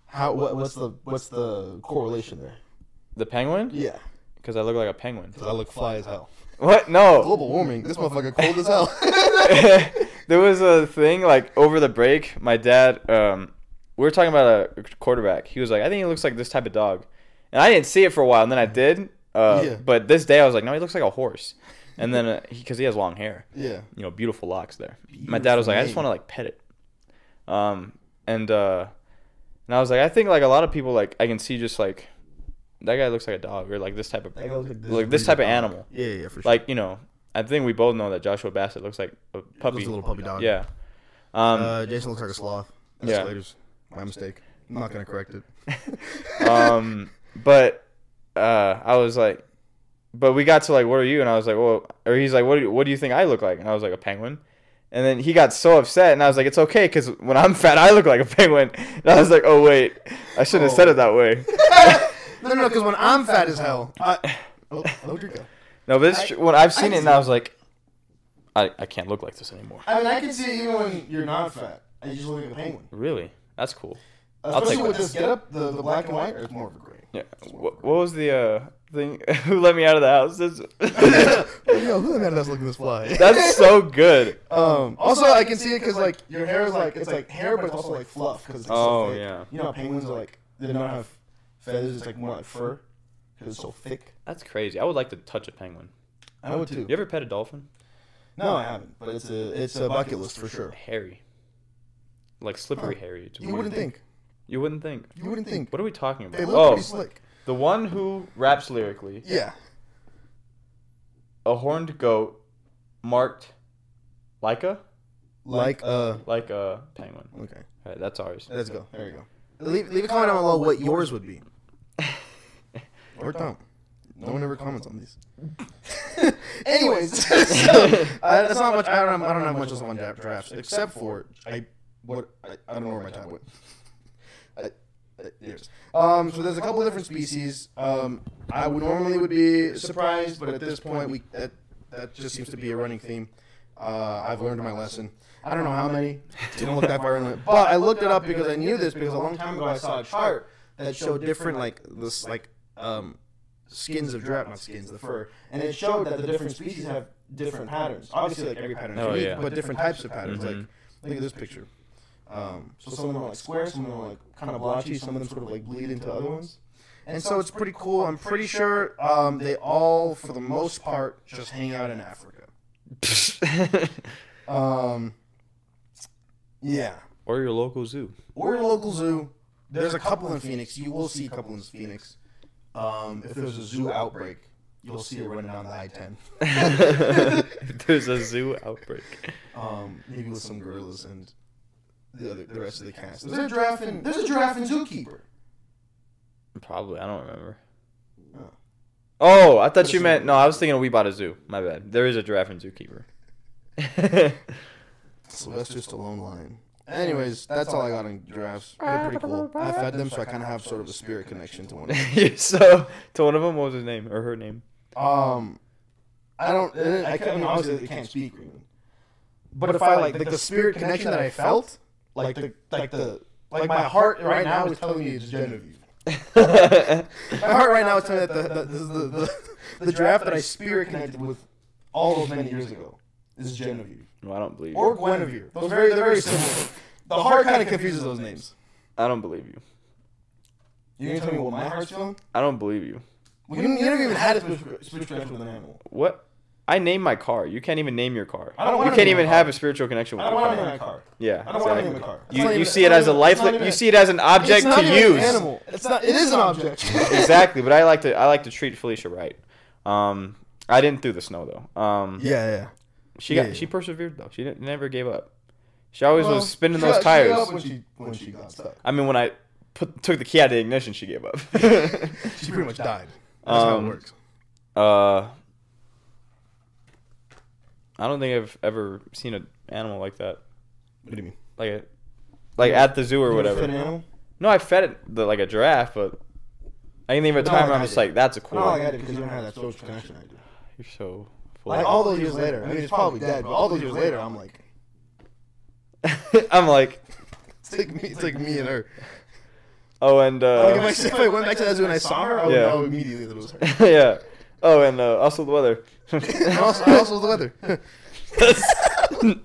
Speaker 1: How? What, what's the what's the correlation there?
Speaker 2: The penguin?
Speaker 1: Yeah,
Speaker 2: Because I look like a penguin.
Speaker 1: because I look fly as hell.
Speaker 2: What? No.
Speaker 1: Global warming. This motherfucker cold as hell.
Speaker 2: there was a thing like over the break. My dad, um, we were talking about a quarterback. He was like, I think he looks like this type of dog, and I didn't see it for a while, and then I did. Uh,
Speaker 1: Yeah.
Speaker 2: But this day I was like, no, he looks like a horse, and then because uh, he, 'cause he has long hair,
Speaker 1: yeah.
Speaker 2: you know, beautiful locks there. my dad was like, I just
Speaker 1: Beautiful
Speaker 2: want to like pet it, um, and uh, and I was like, I think like a lot of people like I can see just like that guy looks like a dog or like this type of like this type of animal.
Speaker 1: Yeah, yeah, for
Speaker 2: Like you know, I think we both know that Joshua Bassett looks like a puppy.
Speaker 1: puppy dog.
Speaker 2: Yeah. Um,
Speaker 1: Uh, Jason looks like a sloth.
Speaker 2: That's Yeah.
Speaker 1: My mistake. I'm not gonna correct it.
Speaker 2: um, but uh, I was like, but we got to like, what are you? And I was like, well, or he's like, what do you, what do you think I look like? And I was like, a penguin. And then he got so upset, and I was like, it's okay, because when I'm fat, I look like a penguin. And I was like, oh wait, I shouldn't have said it that way.
Speaker 1: No, no, because when I'm fat as hell, I. Oh, oh, dear God.
Speaker 2: No, but it's tr- when I've seen
Speaker 1: I
Speaker 2: it, and I was like, I, I can't look like this anymore.
Speaker 1: I mean, I can see it even when you're not fat. I just look like a penguin.
Speaker 2: Really, that's cool. I'll
Speaker 1: Especially
Speaker 2: take
Speaker 1: with
Speaker 2: that.
Speaker 1: this getup, the, the black and white is more of a gray.
Speaker 2: Yeah. Wh- What, was the uh, thing? Who let me out of the house? That's,
Speaker 1: Yo, who the man does look this fly?
Speaker 2: that's so good.
Speaker 1: Um, also, I can see it because like your hair is like it's like hair, but it's also like fluff because it's so
Speaker 2: Oh,
Speaker 1: thick.
Speaker 2: yeah.
Speaker 1: You know, how penguins are like they don't have feathers; it's like more like fur because it's so thick.
Speaker 2: That's crazy. I would like to touch a penguin.
Speaker 1: I would too.
Speaker 2: You ever pet a dolphin?
Speaker 1: No, I haven't, but it's a it's a bucket list for sure.
Speaker 2: Hairy. Like slippery hairy. It's
Speaker 1: You
Speaker 2: weird.
Speaker 1: wouldn't think.
Speaker 2: You wouldn't think.
Speaker 1: You wouldn't think.
Speaker 2: What are we talking about?
Speaker 1: They look
Speaker 2: Oh,
Speaker 1: pretty slick.
Speaker 2: the one who raps lyrically,
Speaker 1: Yeah.
Speaker 2: a horned goat marked like a
Speaker 1: Like uh.
Speaker 2: like a penguin.
Speaker 1: Okay.
Speaker 2: All right, that's ours.
Speaker 1: Let's go. There you go.
Speaker 3: Leave, leave a comment down below what yours would be.
Speaker 1: Or don't. No one ever comments on these. Anyways, so, I, that's not much. I don't. I don't have much else on draft, drafts except for I. What I, I don't know where my tab went. I- I- Years. Um, so there's a couple different species. Um, I would normally would be surprised, but at this point, we that that just seems to be a running theme. Uh, I've learned my lesson. I don't know how many. Didn't look that far into it, but I looked it up because I knew this because a long time ago I saw a chart that showed different like this like um skins of giraffe, not skins, the fur, and it showed that the different species have different patterns. Obviously, like every pattern is
Speaker 2: Oh,
Speaker 1: unique,
Speaker 2: yeah.
Speaker 1: but different types of patterns. Like
Speaker 2: Mhm.
Speaker 1: look at this picture. Um, so some of them are like square, some of them are like kind of blotchy, some of them sort of like bleed into other ones. And so it's pretty cool. I'm pretty sure um, they all, for the most part, just hang out in Africa. Um, yeah,
Speaker 2: or your local zoo.
Speaker 1: or a local zoo. There's a couple in Phoenix. You will see a couple in Phoenix. Um, if there's a zoo outbreak, you'll see it running down the I-10.
Speaker 2: There's a zoo outbreak.
Speaker 1: um, maybe with some gorillas and the other, the rest of the cast. There's a giraffe in there's a giraffe in Zookeeper.
Speaker 2: Probably. I don't remember.
Speaker 1: Oh.
Speaker 2: Oh, I thought you meant no. I was thinking we bought a zoo. My bad. There is a giraffe and zookeeper.
Speaker 1: Sylvester Stallone line. Anyways, that's all I got on giraffes. They're pretty cool. I've had them, so I kind of have sort of a spirit connection to one. Of
Speaker 2: so to one of them, what was his name or her name?
Speaker 1: them. Um, I don't. I, can't, I mean, obviously, they can't speak. Green. But if I like, like the spirit connection that I felt, like the like the like my heart right now is telling me it's Genevieve. My heart right now is telling me that the, the, this is the, the, the draft that I spirit connected with all those many years ago is Genevieve
Speaker 2: no, I don't believe you.
Speaker 1: or Guinevere. Those very they're very similar. The heart kind of confuses those names.
Speaker 2: I don't believe you.
Speaker 1: You gonna tell me what my heart's feeling?
Speaker 2: I don't believe you.
Speaker 1: Well, you, you never even had a spiritual spiritual connection with an animal.
Speaker 2: What? I named my car. You can't even name your car.
Speaker 1: I don't
Speaker 2: you
Speaker 1: wanna
Speaker 2: can't
Speaker 1: name my
Speaker 2: even
Speaker 1: car.
Speaker 2: have a spiritual connection with
Speaker 1: I don't
Speaker 2: your
Speaker 1: want to
Speaker 2: car.
Speaker 1: name a car.
Speaker 2: Yeah.
Speaker 1: I don't want to
Speaker 2: exactly.
Speaker 1: name a car. It's
Speaker 2: You,
Speaker 1: not
Speaker 2: you
Speaker 1: even-
Speaker 2: see it
Speaker 1: it's not
Speaker 2: as a
Speaker 1: even-
Speaker 2: life.
Speaker 1: it's not even
Speaker 2: you
Speaker 1: a-
Speaker 2: see it as an object
Speaker 1: It's not
Speaker 2: to
Speaker 1: even an
Speaker 2: use.
Speaker 1: animal. It's not. It is an object.
Speaker 2: exactly, but I like to I like to treat Felicia right. Um, I didn't through the snow though. Um,
Speaker 1: Yeah, yeah.
Speaker 2: she got
Speaker 1: yeah.
Speaker 2: she persevered though. She didn't, never gave up. She always was spinning
Speaker 1: She
Speaker 2: those
Speaker 1: got- she
Speaker 2: tires.
Speaker 1: got up when she when she got stuck,
Speaker 2: I mean, when I put, took the key out of the ignition, she gave up.
Speaker 1: she pretty much died. That's how it
Speaker 2: Um,
Speaker 1: works.
Speaker 2: uh, I don't think I've ever seen an animal like that,
Speaker 1: What do you mean?
Speaker 2: like a, like at the zoo or
Speaker 1: An
Speaker 2: whatever.
Speaker 1: animal?
Speaker 2: No, I fed it the, like a giraffe, but I can think of
Speaker 1: Not
Speaker 2: a time
Speaker 1: like
Speaker 2: where I'm
Speaker 1: I
Speaker 2: just
Speaker 1: did.
Speaker 2: like, that's a cool.
Speaker 1: Not like I did because you don't have that social connection I do.
Speaker 2: You're so full.
Speaker 1: Like oh. all those years later, I mean, it's probably dead, but all those years later, I'm like,
Speaker 2: I'm like,
Speaker 1: it's like me, it's like me and her.
Speaker 2: oh, and uh,
Speaker 1: Like if I, if I went back to that zoo and I saw her, I would
Speaker 2: Yeah.
Speaker 1: know immediately that it was her.
Speaker 2: uh, yeah. Oh, and uh, also the weather.
Speaker 1: And also, also the weather.
Speaker 2: the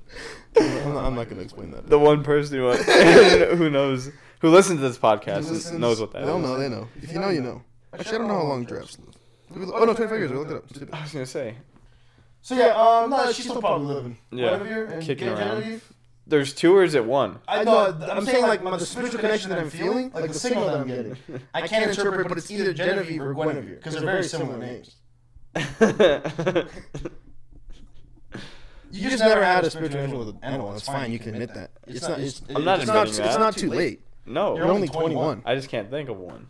Speaker 1: I'm not, I'm not gonna explain that.
Speaker 2: one person who, who knows, who listens to this podcast is-
Speaker 1: Listens-
Speaker 2: knows what that is.
Speaker 1: they don't know. They know. If you know, you know. Actually, I don't know how long giraffes live. Oh no, 25 years. I looked it up.
Speaker 2: I was gonna say,
Speaker 1: So yeah, um, no, she's still probably living.
Speaker 2: Yeah,
Speaker 1: Guinevere and
Speaker 2: kicking
Speaker 1: Gen-
Speaker 2: around.
Speaker 1: Genevieve.
Speaker 2: there's two or is it one?
Speaker 1: I know. I'm saying like my, the spiritual connection that I'm feeling, like the signal that I'm getting. I can't interpret, but it's either Genevieve or Guinevere because they're very similar names. You just never had a spiritual connection with an animal. It's fine. You can admit that. It's not. It's,
Speaker 2: I'm not
Speaker 1: it's not,
Speaker 2: admitting
Speaker 1: It's
Speaker 2: that.
Speaker 1: not too late. You're
Speaker 2: no,
Speaker 1: only 21.
Speaker 2: I just can't think of one.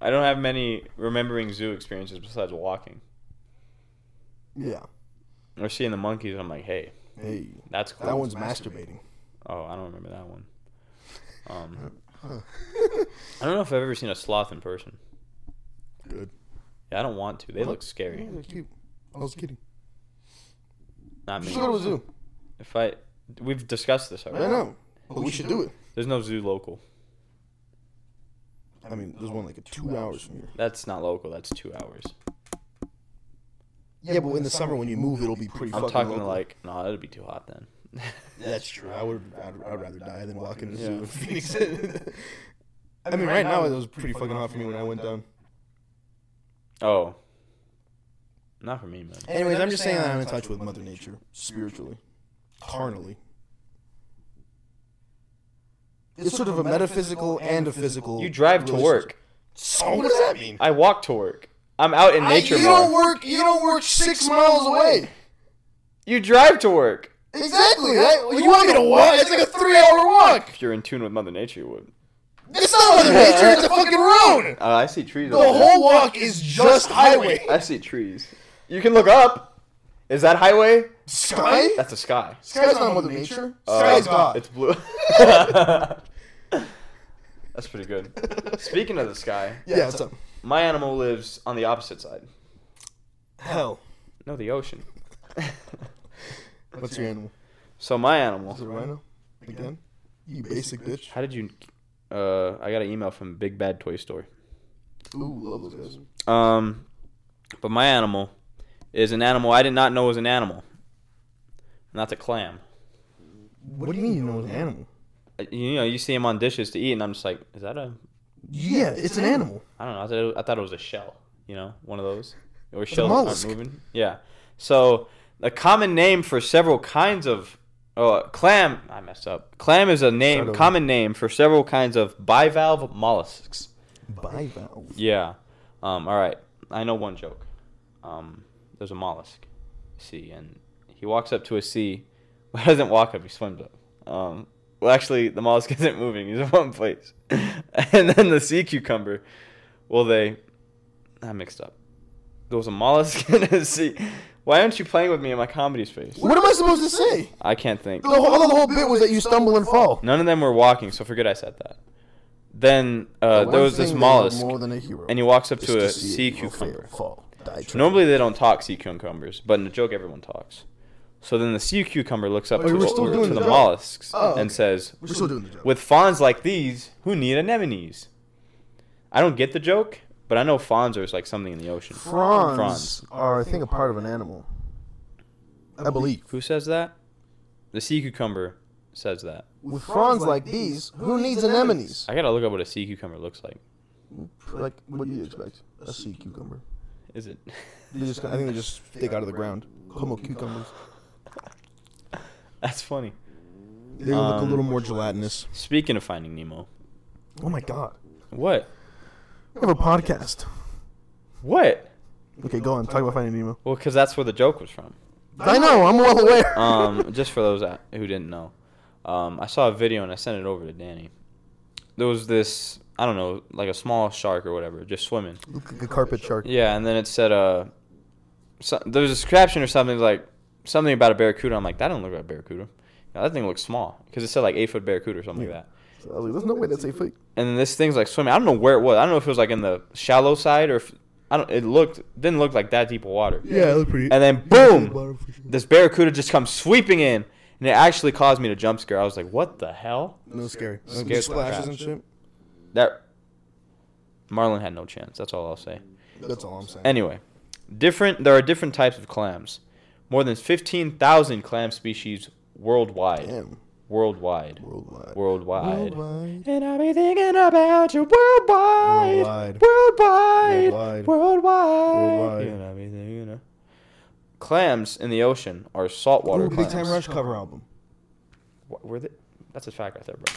Speaker 2: I don't have many remembering zoo experiences besides walking
Speaker 1: Yeah.
Speaker 2: or seeing the monkeys. I'm like, hey,
Speaker 1: Hey,
Speaker 2: that's cool.
Speaker 1: that one's masturbating.
Speaker 2: Oh, I don't remember that one. Um, I don't know if I've ever seen a sloth in person.
Speaker 1: Good.
Speaker 2: Yeah, I don't want to. They look scary.
Speaker 1: cute. I was kidding.
Speaker 2: Not me.
Speaker 1: Just go to a zoo.
Speaker 2: If I, we've discussed this
Speaker 1: I
Speaker 2: already.
Speaker 1: know, but we should do it.
Speaker 2: There's no zoo local.
Speaker 1: I mean, there's one like a two hours from here.
Speaker 2: That's not local. That's two hours.
Speaker 1: Yeah, but in the summer when you move, it'll be pretty.
Speaker 2: I'm
Speaker 1: fucking
Speaker 2: talking
Speaker 1: local.
Speaker 2: like, no, that'd be too hot then.
Speaker 1: That's true. I would. I'd, I'd rather die than walk into the
Speaker 2: Yeah.
Speaker 1: zoo in Phoenix. I mean, right now it was pretty fucking hot for me when I went down.
Speaker 2: oh, not for me, man.
Speaker 1: Anyways, I'm just saying that I'm in touch with Mother Nature spiritually, carnally. It's sort of a metaphysical and a physical.
Speaker 2: You drive to
Speaker 1: relationship.
Speaker 2: work.
Speaker 1: So what does that mean?
Speaker 2: I walk to work. I'm out in nature
Speaker 1: I, you
Speaker 2: more.
Speaker 1: don't work. You don't work six miles away.
Speaker 2: you drive to work.
Speaker 1: Exactly. I- you want me to walk? It's like a three-hour walk.
Speaker 2: If you're in tune with Mother Nature, you would.
Speaker 1: It's not Mother Nature. It's a fucking road.
Speaker 2: Uh, I see trees.
Speaker 1: The
Speaker 2: over there.
Speaker 1: whole walk is just highway.
Speaker 2: I see trees. You can look up. Is that highway?
Speaker 1: Sky?
Speaker 2: That's a sky.
Speaker 1: Sky's not Mother Nature.
Speaker 2: Uh,
Speaker 1: Sky's God.
Speaker 2: It's blue. That's pretty good. Speaking of the sky,
Speaker 1: Yeah, it's up.
Speaker 2: my animal lives on the opposite side.
Speaker 1: Hell.
Speaker 2: No, the ocean.
Speaker 1: What's your animal?
Speaker 2: so my animal.
Speaker 1: Is it rhino? Again? You basic bitch.
Speaker 2: How did you? Uh, I got an email from Big Bad Toy Store.
Speaker 1: Ooh, love those guys.
Speaker 2: Um, but my animal is an animal I did not know was an animal. And that's a clam.
Speaker 1: What do you mean you know it's an animal?
Speaker 2: Uh, You know, you see them on dishes to eat, and I'm just like, is that a?
Speaker 1: Yeah, it's an animal.
Speaker 2: I don't know. I thought it, I thought it was a shell. You know, one of those or shells that aren't
Speaker 1: mollusk.
Speaker 2: moving. Yeah. So a common name for several kinds of oh clam. I messed up. Clam is a
Speaker 1: Start
Speaker 2: name
Speaker 1: over.
Speaker 2: common name for several kinds of bivalve mollusks.
Speaker 1: Bivalve.
Speaker 2: Yeah. Um, all right. I know one joke. Um, there's a mollusk, sea, and he walks up to a sea. Well, he doesn't walk up. He swims up. Um, well, actually, the mollusk isn't moving. He's in one place. and then the sea cucumber. Well, they. I mixed up. There was a mollusk in a sea. Why aren't you playing with me in my comedy space?
Speaker 1: What am I supposed to say?
Speaker 2: I can't think.
Speaker 1: The whole, the whole bit was that you stumble and fall.
Speaker 2: None of them were walking, so forget I said that. Then uh, there was this mollusk,
Speaker 1: More than a hero.
Speaker 2: and he walks up
Speaker 1: is
Speaker 2: to a
Speaker 1: see
Speaker 2: sea
Speaker 1: hero fail,
Speaker 2: cucumber.
Speaker 1: Fall. Die trying.
Speaker 2: Normally they don't talk sea cucumbers, but in the joke everyone talks. So then the sea cucumber looks up
Speaker 1: Oh,
Speaker 2: to,
Speaker 1: we're still
Speaker 2: to
Speaker 1: doing
Speaker 2: the
Speaker 1: the joke.
Speaker 2: mollusks
Speaker 1: Oh, okay.
Speaker 2: and says,
Speaker 1: We're still doing the joke.
Speaker 2: "With fawns like these, who need anemones?" I don't get the joke, but I know fawns are like something in the ocean.
Speaker 1: Fronds, are, I think, a part of an animal. I believe.
Speaker 2: Who says that? The sea cucumber says that.
Speaker 1: With fronds like these, who needs anemones?
Speaker 2: I gotta look up what a sea cucumber looks like.
Speaker 1: Like, what do you expect? A sea cucumber.
Speaker 2: Is it?
Speaker 1: They just, I think they just stick out of the ground. Um, Como cucumbers.
Speaker 2: That's funny.
Speaker 1: They look a little more gelatinous.
Speaker 2: Speaking of Finding Nemo,
Speaker 1: Oh my god.
Speaker 2: what?
Speaker 1: We have a podcast.
Speaker 2: What?
Speaker 1: Okay, go on. Talk about Finding Nemo.
Speaker 2: Well, because that's where the joke was from.
Speaker 1: I know. I'm well aware.
Speaker 2: um, just for those that, who didn't know, um, I saw a video and I sent it over to Danny. There was this, I don't know, like a small shark or whatever, just swimming.
Speaker 1: Look like a carpet shark.
Speaker 2: Yeah, and then it said, uh, so, there was this caption or something like something about a barracuda. I'm like, that don't look like a barracuda. No, that thing looks small because it said like eight foot barracuda or something like that.
Speaker 1: So I was like, there's no way that's a fake.
Speaker 2: And then this thing's like swimming. I don't know where it was. I don't know if it was like in the shallow side or if, I don't. It looked didn't look like that deep of water.
Speaker 1: Yeah, it looked pretty.
Speaker 2: And then boom, this barracuda just comes sweeping in, and it actually caused me to jump scare. I was like, "What the hell?"
Speaker 1: No scary.
Speaker 2: Scared
Speaker 1: No
Speaker 2: the
Speaker 1: splashes
Speaker 2: crap.
Speaker 1: and shit.
Speaker 2: That Marlin had no chance. That's all I'll say.
Speaker 1: That's all I'm saying.
Speaker 2: Anyway, different. There are different types of clams. More than fifteen thousand clam species worldwide.
Speaker 1: Damn.
Speaker 2: Worldwide.
Speaker 1: Worldwide.
Speaker 2: Worldwide.
Speaker 1: Worldwide.
Speaker 2: And I'll be thinking about you worldwide.
Speaker 1: Worldwide.
Speaker 2: Worldwide.
Speaker 1: Worldwide.
Speaker 2: Worldwide.
Speaker 1: Worldwide.
Speaker 2: You know, I'll be thinking of- Clams in the ocean are saltwater
Speaker 1: Ooh, Big
Speaker 2: clams.
Speaker 1: Time Rush cover album.
Speaker 2: What, were they, that's a fact right there, bro.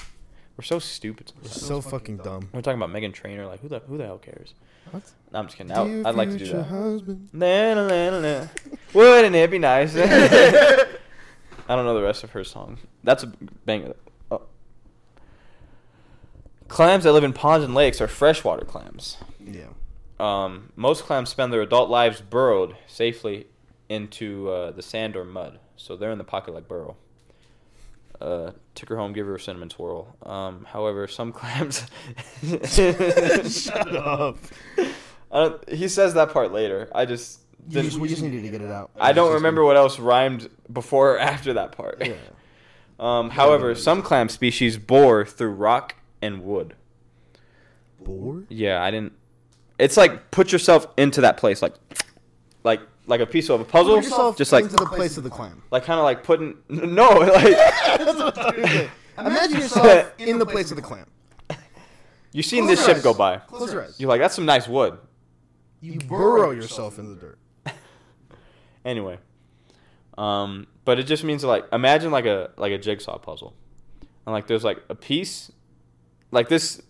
Speaker 2: We're so stupid. sometimes.
Speaker 1: So fucking dumb.
Speaker 2: We're talking about Megan Trainor. Like, who the who the hell cares?
Speaker 1: What?
Speaker 2: No, I'm just kidding. I, I'd like to do
Speaker 1: Future
Speaker 2: that.
Speaker 1: husband.
Speaker 2: Na, na, na, na, na. Wouldn't it be nice? I don't know the rest of her song. That's a banger. Oh. Clams that live in ponds and lakes are freshwater clams.
Speaker 1: Yeah.
Speaker 2: Um, most clams spend their adult lives burrowed safely into uh, the sand or mud, so they're in the pocket like burrow. Uh, took her home, give her a cinnamon twirl. Um, however, some clams.
Speaker 1: Shut up.
Speaker 2: I don't, Uh, he says that part later. I just,
Speaker 1: You
Speaker 2: didn't-
Speaker 1: just, we just needed to get it out.
Speaker 2: I don't remember what else rhymed before or after that part.
Speaker 1: Yeah.
Speaker 2: Um, however, some clam species bore through rock and wood.
Speaker 4: bored?
Speaker 2: Yeah, I didn't. It's like put yourself into that place, like, like, like a piece of a puzzle, just like,
Speaker 4: into the place of the clam.
Speaker 2: like kind of like putting. No, like
Speaker 4: Imagine yourself in the place of the clam.
Speaker 2: you seen this ship go by.
Speaker 4: Close your eyes.
Speaker 2: You're like, that's some nice wood.
Speaker 4: You burrow yourself in the dirt.
Speaker 2: Anyway, um, but it just means like imagine like a like a jigsaw puzzle, and like there's like a piece, like this.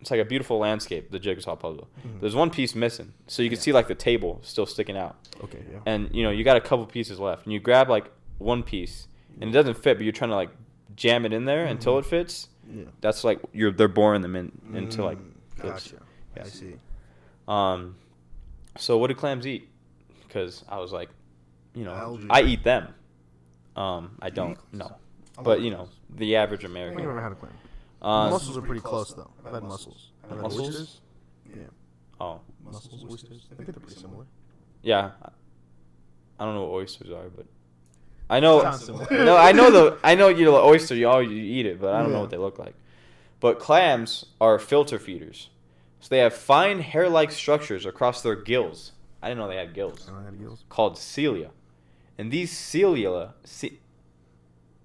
Speaker 2: It's like a beautiful landscape, the jigsaw puzzle. There's one piece missing, so you can see like the table still sticking out.
Speaker 4: Okay, yeah.
Speaker 2: and you know you got a couple pieces left and you grab like one piece and it doesn't fit but you're trying to like jam it in there
Speaker 4: Mm-hmm.
Speaker 2: until it fits
Speaker 4: Yeah.
Speaker 2: that's like you're they're boring them in into like
Speaker 4: Mm,
Speaker 2: fits.
Speaker 4: gotcha. I see.
Speaker 2: um so what do clams eat because i was like you know
Speaker 4: Algae.
Speaker 2: i eat them um i
Speaker 1: eat
Speaker 2: don't
Speaker 1: clams?
Speaker 2: no but you know the average
Speaker 4: I think I've
Speaker 2: american
Speaker 4: never had a clam.
Speaker 2: uh,
Speaker 4: mussels are pretty close though. I've had mussels. I've had
Speaker 2: Mussels?
Speaker 4: oysters. Yeah.
Speaker 2: oh
Speaker 4: Mussels, oysters. I think they're pretty similar.
Speaker 2: yeah i don't know what oysters are but i know
Speaker 4: Sounds similar.
Speaker 2: no, I know the I know you know, oyster. You all you eat it, but I don't know
Speaker 4: Yeah.
Speaker 2: what they look like. But clams are filter feeders, so they have fine hair-like structures across their gills. I didn't know they had gills
Speaker 4: I don't have gills.
Speaker 2: called cilia, and these cilia, ci-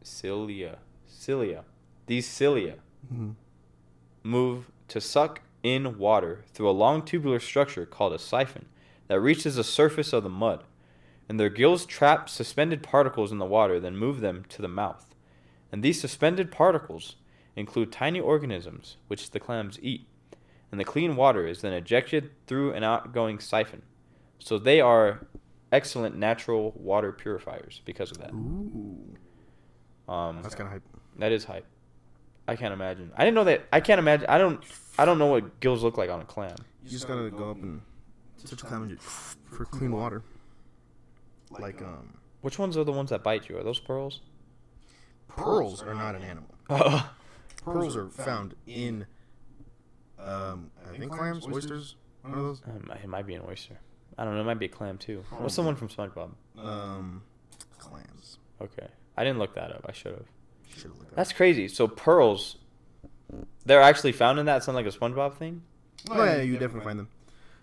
Speaker 2: cilia, cilia, these cilia
Speaker 4: Mhm.
Speaker 2: move to suck in water through a long tubular structure called a siphon that reaches the surface of the mud, and their gills trap suspended particles in the water, then move them to the mouth. And these suspended particles include tiny organisms which the clams eat, and the clean water is then ejected through an outgoing siphon. So they are excellent natural water purifiers because of that.
Speaker 4: Ooh,
Speaker 2: Um,
Speaker 4: that's kind of hype.
Speaker 2: that is hype. I can't imagine. I didn't know that. I can't imagine. I don't. I don't know what gills look like on a clam.
Speaker 4: You just gotta go up and touch a clam and for clean water. Like um,
Speaker 2: Which ones are the ones that bite you? Are those pearls?
Speaker 4: pearls are not an animal.
Speaker 2: Oh,
Speaker 4: Pearls are found in um, I think clams, oysters, one of those.
Speaker 2: Um, it might be an oyster. I don't know. It might be a clam too. What's the one from SpongeBob?
Speaker 4: Um, clams.
Speaker 2: Okay, I didn't look that up. I should have.
Speaker 4: Should have looked that.
Speaker 2: That's crazy. So pearls, they're actually found in that. It's not like a SpongeBob thing.
Speaker 4: up. Oh, yeah, you definitely find them.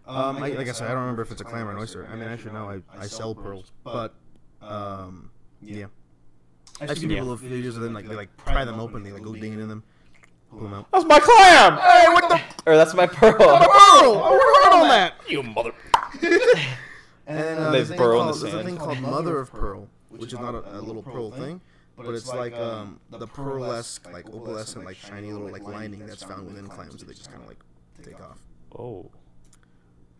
Speaker 4: Um, I, like I said, I don't remember if it's a clam or an oyster. I mean, I should know. I, I sell pearls, but um, yeah. I see people with videos of them like they like pry them open, they like go digging in them, pull them out.
Speaker 2: That's my clam.
Speaker 4: Hey, what the
Speaker 2: Or that's my pearl.
Speaker 4: pearl? I want on that.
Speaker 2: you mother.
Speaker 1: And then,
Speaker 4: Uh,
Speaker 2: They
Speaker 4: there's a thing
Speaker 2: burrow in
Speaker 4: called-
Speaker 2: the
Speaker 4: There's a
Speaker 2: sand.
Speaker 4: thing called mother of pearl, which is not a, a little pearl thing, but it's like um the pearlesque, like opalescent, like shiny little like lining that's found within clams that they just kind of like take off.
Speaker 2: Oh,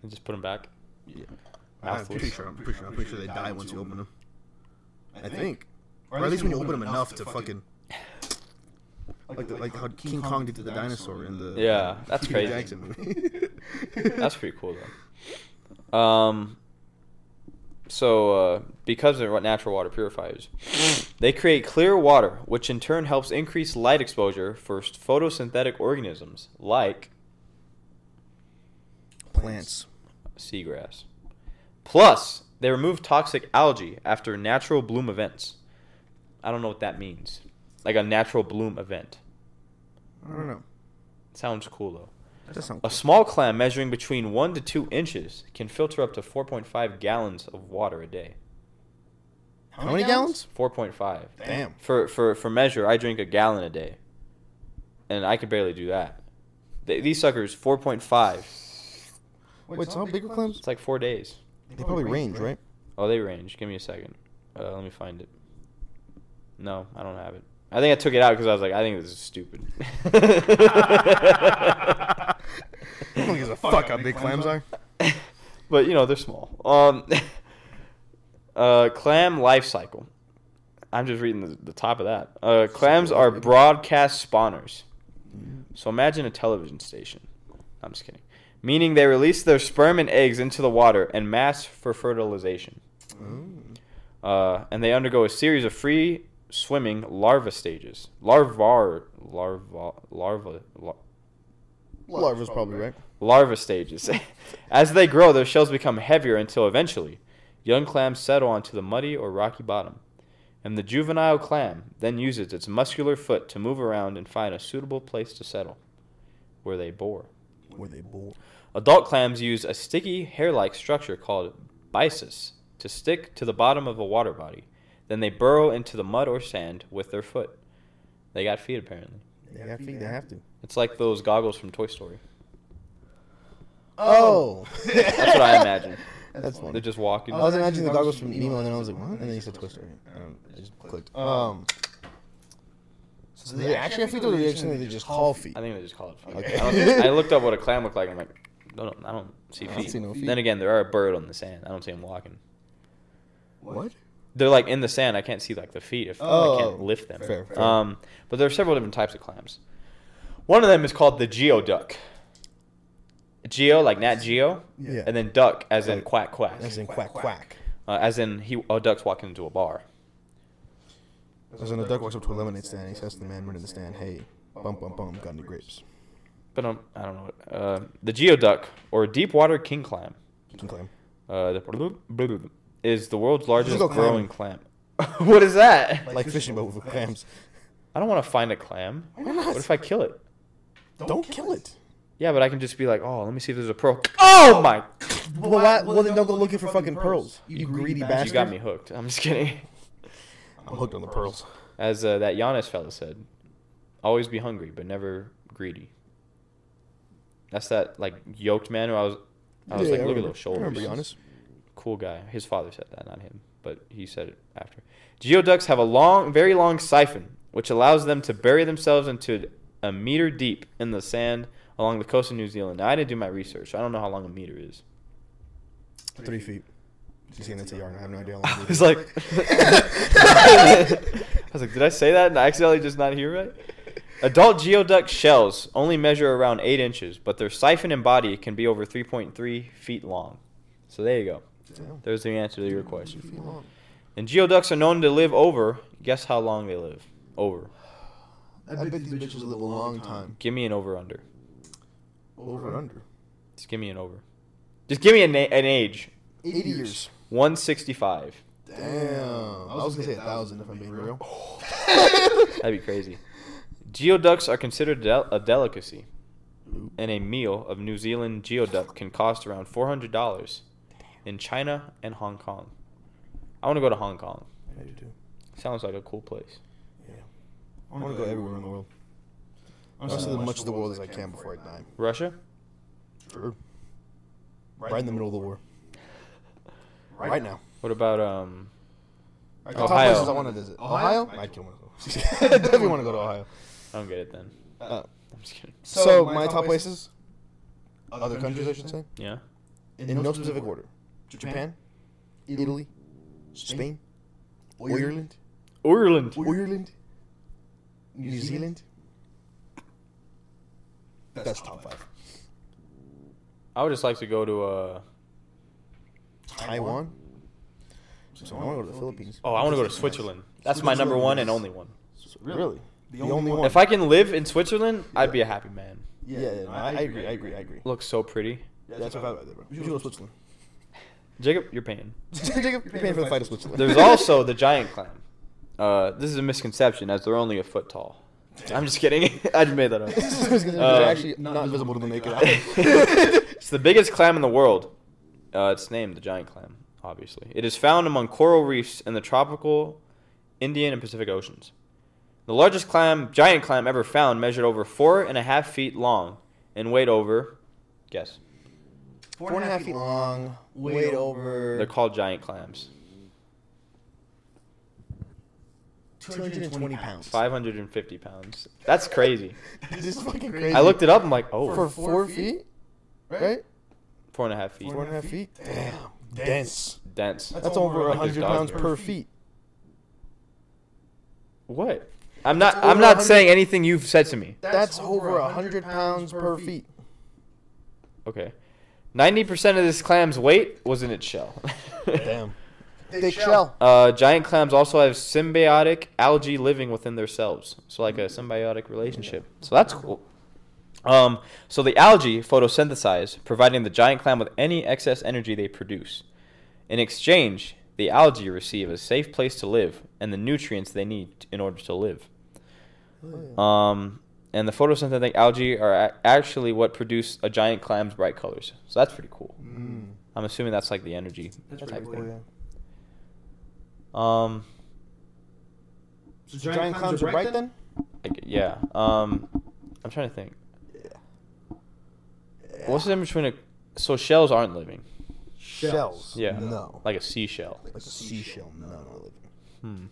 Speaker 2: and just put them back.
Speaker 4: Yeah. I'm
Speaker 2: Mouthful.
Speaker 4: pretty sure. I'm pretty sure. I'm pretty sure they die once you open them. I think, or at least when you open them enough to fucking like the, like how King Kong did to the dinosaur in the
Speaker 2: Yeah, that's
Speaker 4: Peter
Speaker 2: crazy.
Speaker 4: Jackson movie.
Speaker 2: That's pretty cool though. Um, so uh, because they're natural water purifiers, they create clear water, which in turn helps increase light exposure for photosynthetic organisms like
Speaker 4: plants.
Speaker 2: seagrass. Plus, they remove toxic algae after natural bloom events. I don't know what that means. Like a natural bloom event.
Speaker 4: I don't know.
Speaker 2: Sounds cool though.
Speaker 4: That sounds.
Speaker 2: A small clam measuring between 1 to 2 inches can filter up to 4.5 gallons of water a day.
Speaker 4: How many gallons?
Speaker 2: 4.5.
Speaker 4: Damn.
Speaker 2: For for for measure, I drink a gallon a day, and I could barely do that. They, these suckers, four point five.
Speaker 4: Wait, so how big are clams?
Speaker 2: It's like four days.
Speaker 4: They probably range, right?
Speaker 2: Oh, they range. Give me a second. Uh, let me find it. No, I don't have it. I think I took it out because I was like, I think this is stupid.
Speaker 4: No one gives a fuck how big clams are.
Speaker 2: but you know they're small. Um, uh, clam life cycle. I'm just reading the, the top of that. Uh, clams are broadcast spawners. So imagine a television station. I'm just kidding. Meaning they release their sperm and eggs into the water en masse for fertilization. Uh, and they undergo a series of free swimming larva stages. Larvar, larva, larva, lar-
Speaker 4: Larva's probably right.
Speaker 2: larva stages. As they grow, their shells become heavier until eventually, young clams settle onto the muddy or rocky bottom, and the juvenile clam then uses its muscular foot to move around and find a suitable place to settle, where they bore.
Speaker 4: where they bolt.
Speaker 2: Adult clams use a sticky hair-like structure called byssus to stick to the bottom of a water body. Then they burrow into the mud or sand with their foot. They got feet apparently.
Speaker 4: They got feet. They have to.
Speaker 2: It's like those goggles from Toy Story.
Speaker 4: Oh,
Speaker 2: That's what I imagine.
Speaker 4: that's
Speaker 2: They're
Speaker 4: funny.
Speaker 2: just walking.
Speaker 1: Oh,
Speaker 4: I was imagining the goggles from Nemo, and then I was like, what? And then you said Twister. Um, I just clicked. Um, so they actually have feet, or they actually they just call feet?
Speaker 2: I think they just call it feet.
Speaker 4: Okay.
Speaker 2: I, don't- I looked up what a clam looked like. And I'm like, I don't, I don't see
Speaker 4: I
Speaker 2: feet.
Speaker 4: don't see no feet.
Speaker 2: Then again, there are a bird on the sand. I don't see them walking.
Speaker 4: What?
Speaker 2: They're like in the sand. I can't see like the feet. If I can't
Speaker 4: Oh.
Speaker 2: lift them.
Speaker 4: Fair, fair.
Speaker 2: Um, but there are several different types of clams. One of them is called the geoduck. Geo, like Nat Geo,
Speaker 4: Yeah.
Speaker 2: and then duck, as in
Speaker 4: Uh,
Speaker 2: quack quack,
Speaker 4: As in quack quack.
Speaker 2: uh, as in he a duck's walking into a bar.
Speaker 4: As in a duck walks up to a lemonade stand, and he says to the man running the stand, "Hey, bum bum bum, got any grapes?"
Speaker 2: But um, I don't know. What, uh, the geoduck or deep water king clam
Speaker 4: Can claim.
Speaker 2: uh, the is the world's largest
Speaker 4: Physical clam.
Speaker 2: growing clam. what is that?
Speaker 4: Like fishing boat with clams.
Speaker 2: I don't want to find a clam.
Speaker 4: Why not?
Speaker 2: What if I kill it?
Speaker 4: Don't kill it.
Speaker 2: Yeah, but I can just be like, oh, let me see if there's a pearl. Oh my!
Speaker 4: Well, why, well, then don't go looking for fucking pearls. You greedy bastard.
Speaker 2: You got me hooked. I'm just kidding.
Speaker 4: I'm hooked on the pearls.
Speaker 2: As uh, that Giannis fella said, always be hungry, but never greedy. That's that like yoked man who I was. I was like, look at those shoulders.
Speaker 4: I remember Giannis.
Speaker 2: cool guy. His father said that, not him, but he said it after. Geoducks have a long, very long siphon, which allows them to bury themselves into a meter deep in the sand along the coast of New Zealand. Now, I didn't do my research, so I don't know how long a meter is.
Speaker 4: Three feet. She's saying that's a yard. I have no idea.
Speaker 2: I was like, I was like, did I say that and I accidentally just not hear right? Adult geoduck shells only measure around eight inches, but their siphon and body can be over 3.3 feet long. So there you go.
Speaker 4: Damn.
Speaker 2: There's the answer to your question.
Speaker 4: Feet long.
Speaker 2: And geoducks are known to live over. Guess how long they live? Over.
Speaker 4: I bet these bitches live a long time.
Speaker 2: Give me an over under.
Speaker 4: Over and under.
Speaker 2: Just give me an over. Just give me an, a- an age.
Speaker 4: 80 years.
Speaker 2: 165.
Speaker 4: Damn. I was going to say a 1,000 if I'm being real.
Speaker 2: That'd be crazy. Geoducks are considered del- a delicacy. And a meal of New Zealand geoduck can cost around $400 in China and Hong Kong. I want to go to Hong Kong.
Speaker 4: I do too.
Speaker 2: Sounds like a cool place.
Speaker 4: I want to go everywhere in the world. I want to see as much of the world as I can before I die.
Speaker 2: Russia?
Speaker 4: Sure. Right in the middle of the war. Right now.
Speaker 2: What about um
Speaker 1: I
Speaker 4: Top
Speaker 2: Ohio.
Speaker 4: places I want to visit. Ohio? I'd kill myself. I definitely want to go to Ohio.
Speaker 2: I don't get it then.
Speaker 4: Uh,
Speaker 2: I'm just kidding.
Speaker 4: so, my top places, other countries, I should say,
Speaker 2: Yeah.
Speaker 4: in, no specific order Japan, Italy, Spain, Ireland,
Speaker 2: Ireland.
Speaker 4: Ireland, New Zealand. That's top five.
Speaker 2: I would just like to go to uh
Speaker 4: Taiwan. So I want to go to the Philippines.
Speaker 2: Oh, I want to go to Switzerland. That's my number one and only one.
Speaker 4: Really? The only one.
Speaker 2: If I can live in Switzerland, I'd be a happy man.
Speaker 4: Yeah, yeah, no, I, I agree. I agree. I agree.
Speaker 2: Looks so pretty.
Speaker 4: Yeah, that's what I thought about that, bro. You should go to Switzerland.
Speaker 2: Jacob, you're paying.
Speaker 4: Jacob, you're paying for the fight of Switzerland.
Speaker 2: There's also the giant clam. Uh, this is a misconception, as they're only a foot tall. I'm just kidding. I just made that up.
Speaker 4: They're
Speaker 2: Uh,
Speaker 4: actually not visible to the naked eye.
Speaker 2: It's the biggest clam in the world. Uh, it's named the giant clam, obviously. It is found among coral reefs in the tropical Indian and Pacific Oceans. The largest clam, giant clam ever found, measured over four and a half feet long and weighed over. Guess.
Speaker 4: Four and a half feet long, weight
Speaker 2: They're
Speaker 4: over
Speaker 2: called giant clams.
Speaker 4: 220 pounds.
Speaker 2: 550 pounds. That's crazy.
Speaker 4: This is fucking crazy.
Speaker 2: I looked it up. I'm like, oh,
Speaker 4: for four feet, right?
Speaker 2: four and a half feet.
Speaker 4: Four and a half feet. Damn, dense.
Speaker 2: Dense.
Speaker 4: That's over
Speaker 2: Like a
Speaker 4: 100
Speaker 2: dog
Speaker 4: pounds
Speaker 2: hair.
Speaker 4: per feet.
Speaker 2: What? I'm not. I'm
Speaker 4: over
Speaker 2: not
Speaker 4: 100
Speaker 2: saying anything you've said to me.
Speaker 4: That's over 100 pounds per feet.
Speaker 2: Okay. 90% of this clam's weight was in its shell.
Speaker 4: Damn. Thick shell.
Speaker 2: Uh, giant clams also have symbiotic algae living within their cells, so like a symbiotic relationship. So that's cool. Um, so the algae photosynthesize, providing the giant clam with any excess energy they produce. In exchange, the algae receive a safe
Speaker 1: Oh,
Speaker 2: place to live and the nutrients they need in order to live. Um, and and the photosynthetic algae are a- actually what produce a giant clam's bright colors. So that's pretty cool.
Speaker 4: Mm.
Speaker 2: I'm assuming that's like the energy
Speaker 1: That's
Speaker 2: type
Speaker 1: pretty cool,
Speaker 2: thing.
Speaker 1: yeah.
Speaker 2: Um,
Speaker 1: So
Speaker 4: Giant, clowns are bright then?
Speaker 2: I g yeah. Um, I'm trying to think. What's the difference between a so shells aren't living
Speaker 4: Shells.
Speaker 2: Yeah.
Speaker 4: No.
Speaker 2: like a seashell?
Speaker 4: Like a seashell. No, no. no.
Speaker 2: Hmm.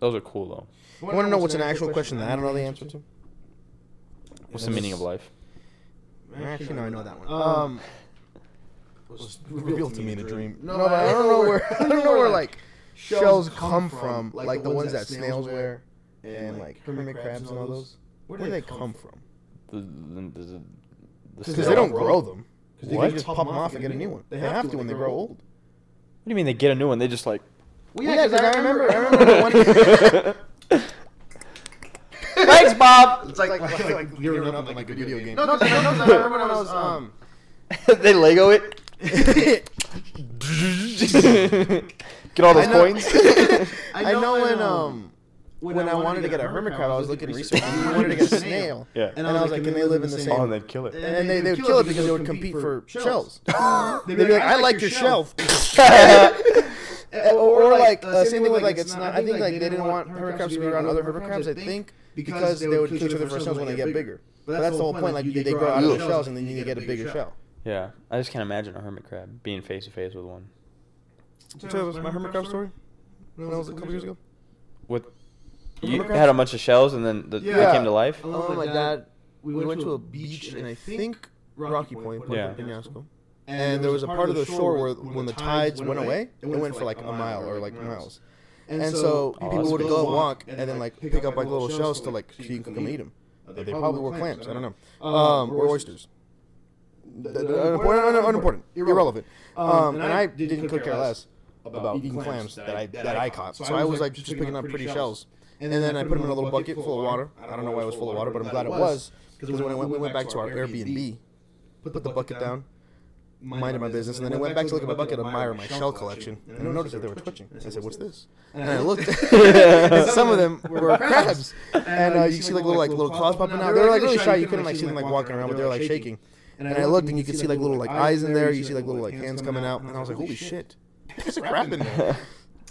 Speaker 2: Those are cool though.
Speaker 1: You
Speaker 4: I want to know what's an actual question that I don't know the answer to?
Speaker 2: What's the meaning of life?
Speaker 4: Actually, no, I know that one.
Speaker 1: Um,
Speaker 4: Um,
Speaker 1: was
Speaker 4: was revealed to me in a dream.
Speaker 1: No, but I don't know where.
Speaker 4: I don't know where like shells come from, like the ones that snails wear, and like hermit crabs and all those. Where do they come from?
Speaker 2: The, the, the, the
Speaker 4: Because
Speaker 2: snail-
Speaker 4: they don't
Speaker 2: What
Speaker 4: grow them. They
Speaker 1: What?
Speaker 4: can just pop them off and get a new one. They have to when they grow old.
Speaker 2: do you mean they get a new one? They just like.
Speaker 1: Well,
Speaker 4: yeah, 'cause I remember- I remember the
Speaker 2: Thanks, Bob.
Speaker 1: It's like, like, like, giving up on like, a video game. No, no, no, no, no, I remember when I was um.
Speaker 2: they Lego it. get all those
Speaker 4: I know-
Speaker 2: coins.
Speaker 4: I know when um when, I wanted to get a hermit crab, I was looking research. and you wanted to get a snail.
Speaker 2: yeah.
Speaker 4: And I was like, can they live in the
Speaker 2: oh, and
Speaker 4: same?
Speaker 2: they'd kill it.
Speaker 1: and
Speaker 4: And they they would kill it because it would compete for shells.
Speaker 1: They'd
Speaker 4: They'd be like, I like your
Speaker 1: shelf.
Speaker 4: shelf. Or, or like uh, same thing with like it's not. I think like they didn't want hermit crabs to be around other hermit crabs. I think because they would kill each other for shells when they get bigger. But that's the whole point. Like you, they grow out of the shells and then you get a bigger shell.
Speaker 2: Yeah, I just can't imagine a hermit crab being face to face with one.
Speaker 4: When I was a couple years ago.
Speaker 2: With you
Speaker 4: Hermit crabs?
Speaker 2: had a bunch of shells and then the, they
Speaker 4: Yeah.
Speaker 2: came to life.
Speaker 1: Oh,
Speaker 4: Oh
Speaker 1: my
Speaker 4: my
Speaker 1: God.
Speaker 4: god. We went, to a beach and I think Rocky Point,
Speaker 2: Yeah.
Speaker 4: Puerto Penasco. And there was a part of the shore where when the tides went away, it went for like a mile or like miles. And so
Speaker 2: Oh,
Speaker 4: people
Speaker 2: that's
Speaker 4: would
Speaker 2: cool.
Speaker 4: go walk and then like pick up like little shells to like so you can come eat them. They probably were clams. I don't know. Um, or oysters. D- d- Unimportant. un- unimportant, Irrelevant. Um, and I didn't could care less about eating clams that I that I caught. So I was like just picking up pretty shells. And then I put them in a little bucket full of water. I don't know why it was full of water, but I'm glad it was. Because when I went, we went back to our Airbnb, put the bucket down, minded my business, and then I went back to look at my bucket, admire my shell collection, and I noticed that they were twitching. I said, "What's this?" And I looked, and some of them were crabs, and uh, you see like little like little claws popping out. They were like really shy. You couldn't like see them like walking around, but they were like shaking. And I looked, and you could see like little like eyes in there. You see like little like hands coming out, and I was like, "Holy shit, there's a crab in there."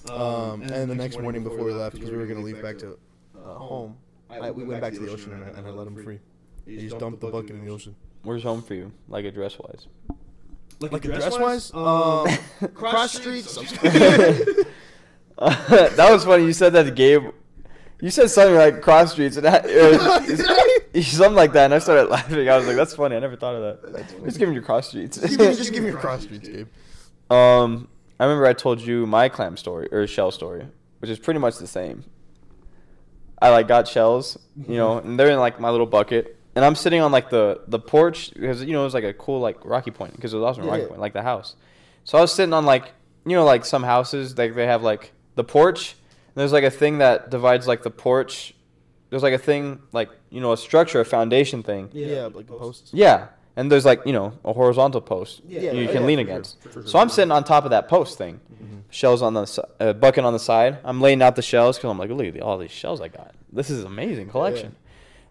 Speaker 4: Um, and the next morning before we left, because we were gonna leave back to uh, home, I, we went back to the ocean and I, and I let them free. They just dumped the bucket in the ocean.
Speaker 2: Where's home for you? Like address wise.
Speaker 4: Like dress wise, um, cross streets.
Speaker 2: that was funny. You said that to Gabe. You said something like cross streets and I, or something like that, and I started laughing. I was like, "That's funny. I never thought of that." Just give him your cross streets.
Speaker 4: Just give me- just give me your cross streets, Gabe.
Speaker 2: Um, I remember I told you my clam story or shell story, which is pretty much the same. I like got shells, you know, and they're in like my little bucket, and I'm sitting on like the the porch because you know it was like a cool like rocky point because it was also a rocky
Speaker 4: Yeah.
Speaker 2: point like the house. So I was sitting on like you know like some houses like they have like the porch. And there's like a thing that divides like the porch. There's like a thing like you know a structure, a foundation thing.
Speaker 4: Yeah, like the posts.
Speaker 2: Yeah, and there's like you know a horizontal post
Speaker 4: Yeah,
Speaker 2: you
Speaker 4: yeah,
Speaker 2: can
Speaker 4: yeah,
Speaker 2: lean
Speaker 4: for sure,
Speaker 2: against.
Speaker 4: for sure, for
Speaker 2: So I'm sitting on top of that post thing, shells on the si- uh, bucket on the side. I'm laying out the shells because I'm like, look at all these shells I got. This is amazing collection.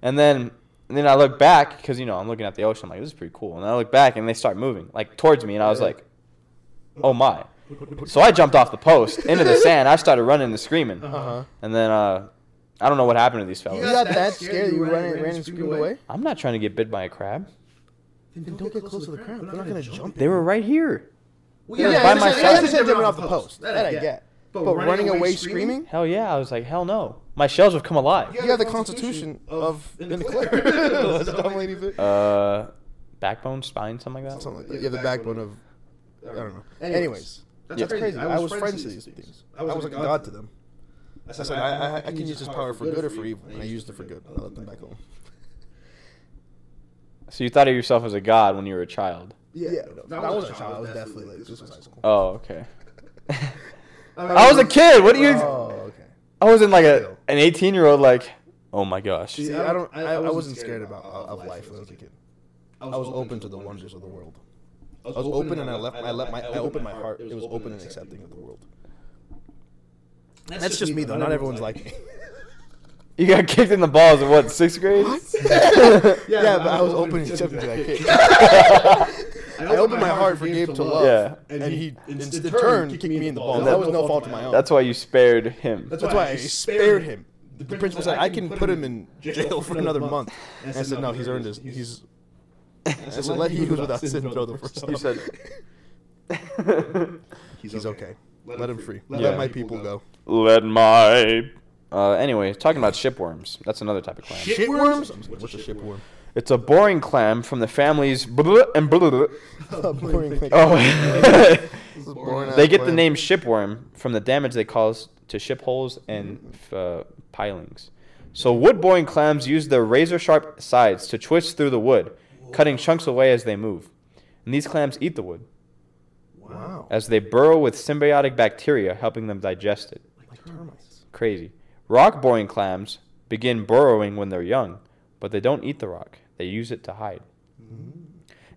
Speaker 2: And then and then I look back because you know I'm looking at the ocean. I'm like, this is pretty cool. And I look back and they start moving like towards me, and I was like, oh my. So I jumped off the post into the sand. I started running and screaming,
Speaker 4: Uh huh.
Speaker 2: and then uh, I don't know what happened to these
Speaker 4: You
Speaker 2: fellas.
Speaker 4: got that scared you ran, ran and screamed away?
Speaker 2: I'm not trying to get bit by a crab.
Speaker 4: Then don't get close to the crowd. They're not gonna jump.
Speaker 2: They were right here.
Speaker 1: Well,
Speaker 4: Yeah,
Speaker 2: yeah,
Speaker 4: yeah,
Speaker 2: by
Speaker 4: by
Speaker 2: myself.
Speaker 4: myself. That's just off the post. That I get. But running away screaming?
Speaker 2: Hell yeah! I was like, hell no. My shells have come alive.
Speaker 4: You have the constitution of
Speaker 1: in
Speaker 4: in the
Speaker 1: declare.
Speaker 4: clear.
Speaker 1: That's dumb lady
Speaker 2: Uh, backbone, spine, something like that.
Speaker 4: Something like that. You have the backbone of. I don't know. Anyways,
Speaker 1: That's
Speaker 2: Yeah.
Speaker 4: that's crazy. I was friends to these things. I was like a god to them.
Speaker 1: I
Speaker 4: I said, I, I, I can use this power for good or for evil, and I used it for good. I let them back home.
Speaker 2: So you thought of yourself as a god when you were a child?
Speaker 4: Yeah, no, I wasn't a child. I was definitely like this was high school.
Speaker 2: Oh, okay.
Speaker 1: mean,
Speaker 2: I was a kid. What do you?
Speaker 4: Oh, okay.
Speaker 2: I wasn't like a an eighteen year old. Like, oh my gosh.
Speaker 4: See, I don't. I, I wasn't scared about of life when I was a kid.
Speaker 1: I
Speaker 4: I was open to the wonders of the world. I was open and I left. I let my. I opened my heart. It was open and accepting of the world. That's just me though. Not everyone's like me.
Speaker 2: You got kicked in the balls in what sixth grade?
Speaker 4: Yeah,
Speaker 1: Yeah,
Speaker 4: but I was open and accepting to that kick. I opened my heart for Gabe to love,
Speaker 2: Yeah.
Speaker 4: and, he, instead in turn, kicked me in the balls.
Speaker 2: And
Speaker 4: That
Speaker 2: that-
Speaker 4: was no fault of my own.
Speaker 2: That's why you spared him.
Speaker 4: That's why I spared him. The principal said, I can put him in jail for another month. And I said, no, he's earned his, he's, I said, let he who's without sin throw the first
Speaker 2: You
Speaker 4: stone.
Speaker 2: said.
Speaker 4: He's okay. Let him free. Let
Speaker 2: Yeah.
Speaker 4: my people go.
Speaker 2: Let my. Uh, anyway, talking about shipworms. That's another type of clam.
Speaker 4: Shitworms? I'm like, What's a shitworm?
Speaker 2: It's a boring clam from the families. bleh and bleh.
Speaker 4: Boring thing.
Speaker 2: Oh.
Speaker 4: This is boring
Speaker 2: they
Speaker 4: ass
Speaker 2: get the
Speaker 4: plan.
Speaker 2: name shipworm from the damage they cause to ship holes and uh, pilings. So wood boring clams use their razor sharp sides to twitch through the wood, cutting chunks away as they move. And these clams eat the wood
Speaker 4: Wow.
Speaker 2: as they burrow with symbiotic bacteria, helping them digest it.
Speaker 4: Like termites.
Speaker 2: Crazy. Rock boring clams begin burrowing when they're young, but they don't eat the rock. They use it to hide.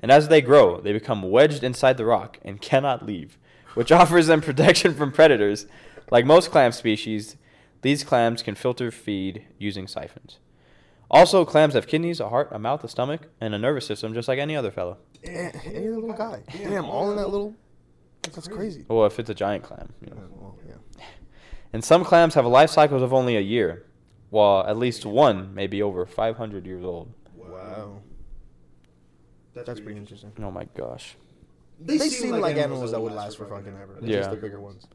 Speaker 2: And as they grow, they become wedged inside the rock and cannot leave, which offers them protection from predators. Like most clam species, these clams can filter feed using siphons. Also, clams have kidneys, a heart, a mouth, a stomach, and a nervous system just like any other fellow.
Speaker 4: Eh, Any little guy. Damn, all in that little. That's crazy.
Speaker 2: Well, if it's a giant clam, you know.
Speaker 4: Yeah, well, Oh, yeah.
Speaker 2: And some clams have life cycles of only a year, while at least one may be over 500 years old.
Speaker 4: Wow. That's pretty interesting.
Speaker 2: Oh my gosh.
Speaker 1: They,
Speaker 4: They seem like animals that would last for fucking ever. It's
Speaker 2: Yeah.
Speaker 4: just the bigger ones.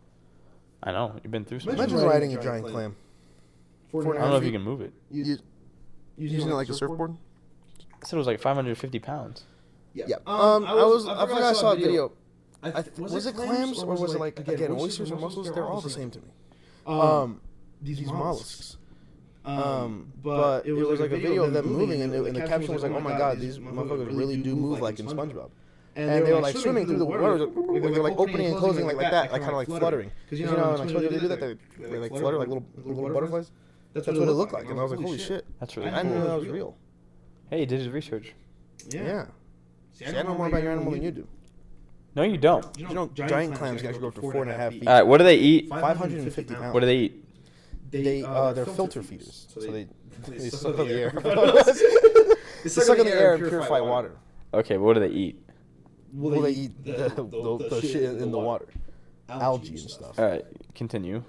Speaker 2: I know. You've been through some.
Speaker 1: Imagine
Speaker 4: Imagine
Speaker 2: I
Speaker 4: riding a giant clam.
Speaker 1: Four and a
Speaker 2: don't know
Speaker 1: half
Speaker 2: if you
Speaker 1: feet.
Speaker 2: can move it.
Speaker 4: You- Using it like a surfboard?
Speaker 2: I said it was like 550 pounds.
Speaker 4: Yeah. Um, I was. I forgot I saw a video. I th- was it clams or was it like again oysters or mussels? They're all the same to me. Um,
Speaker 1: these,
Speaker 4: these mollusks.
Speaker 1: Um, but it was, like a video of them moving, and, it, and the caption was like, "Oh my god, these motherfuckers really do move like in SpongeBob."
Speaker 4: And, they were like swimming through the water, like, like, they're like opening and closing like, like that, like kind of like fluttering. Because you know, and I told you they do that, they, they like flutter like little little butterflies. That's what it looked like, and I was like, "Holy shit!"
Speaker 2: That's
Speaker 4: I
Speaker 2: really
Speaker 4: didn't know
Speaker 2: cool.
Speaker 4: that was real.
Speaker 2: Hey, he did his research.
Speaker 4: Yeah. See, I know more about your animal than you do.
Speaker 2: No, you don't.
Speaker 1: You
Speaker 4: You know, giant clams can actually go up to four and a half feet.
Speaker 2: All right, what do they eat?
Speaker 4: Five hundred and fifty pounds.
Speaker 2: What do they eat?
Speaker 4: They uh, they're filter feeders, so they they suck on the air. They
Speaker 1: They
Speaker 4: suck on the air and purify water.
Speaker 2: Okay, what do they eat?
Speaker 4: Well, they eat the, the, the shit in the water, algae and stuff.
Speaker 2: All right, continue.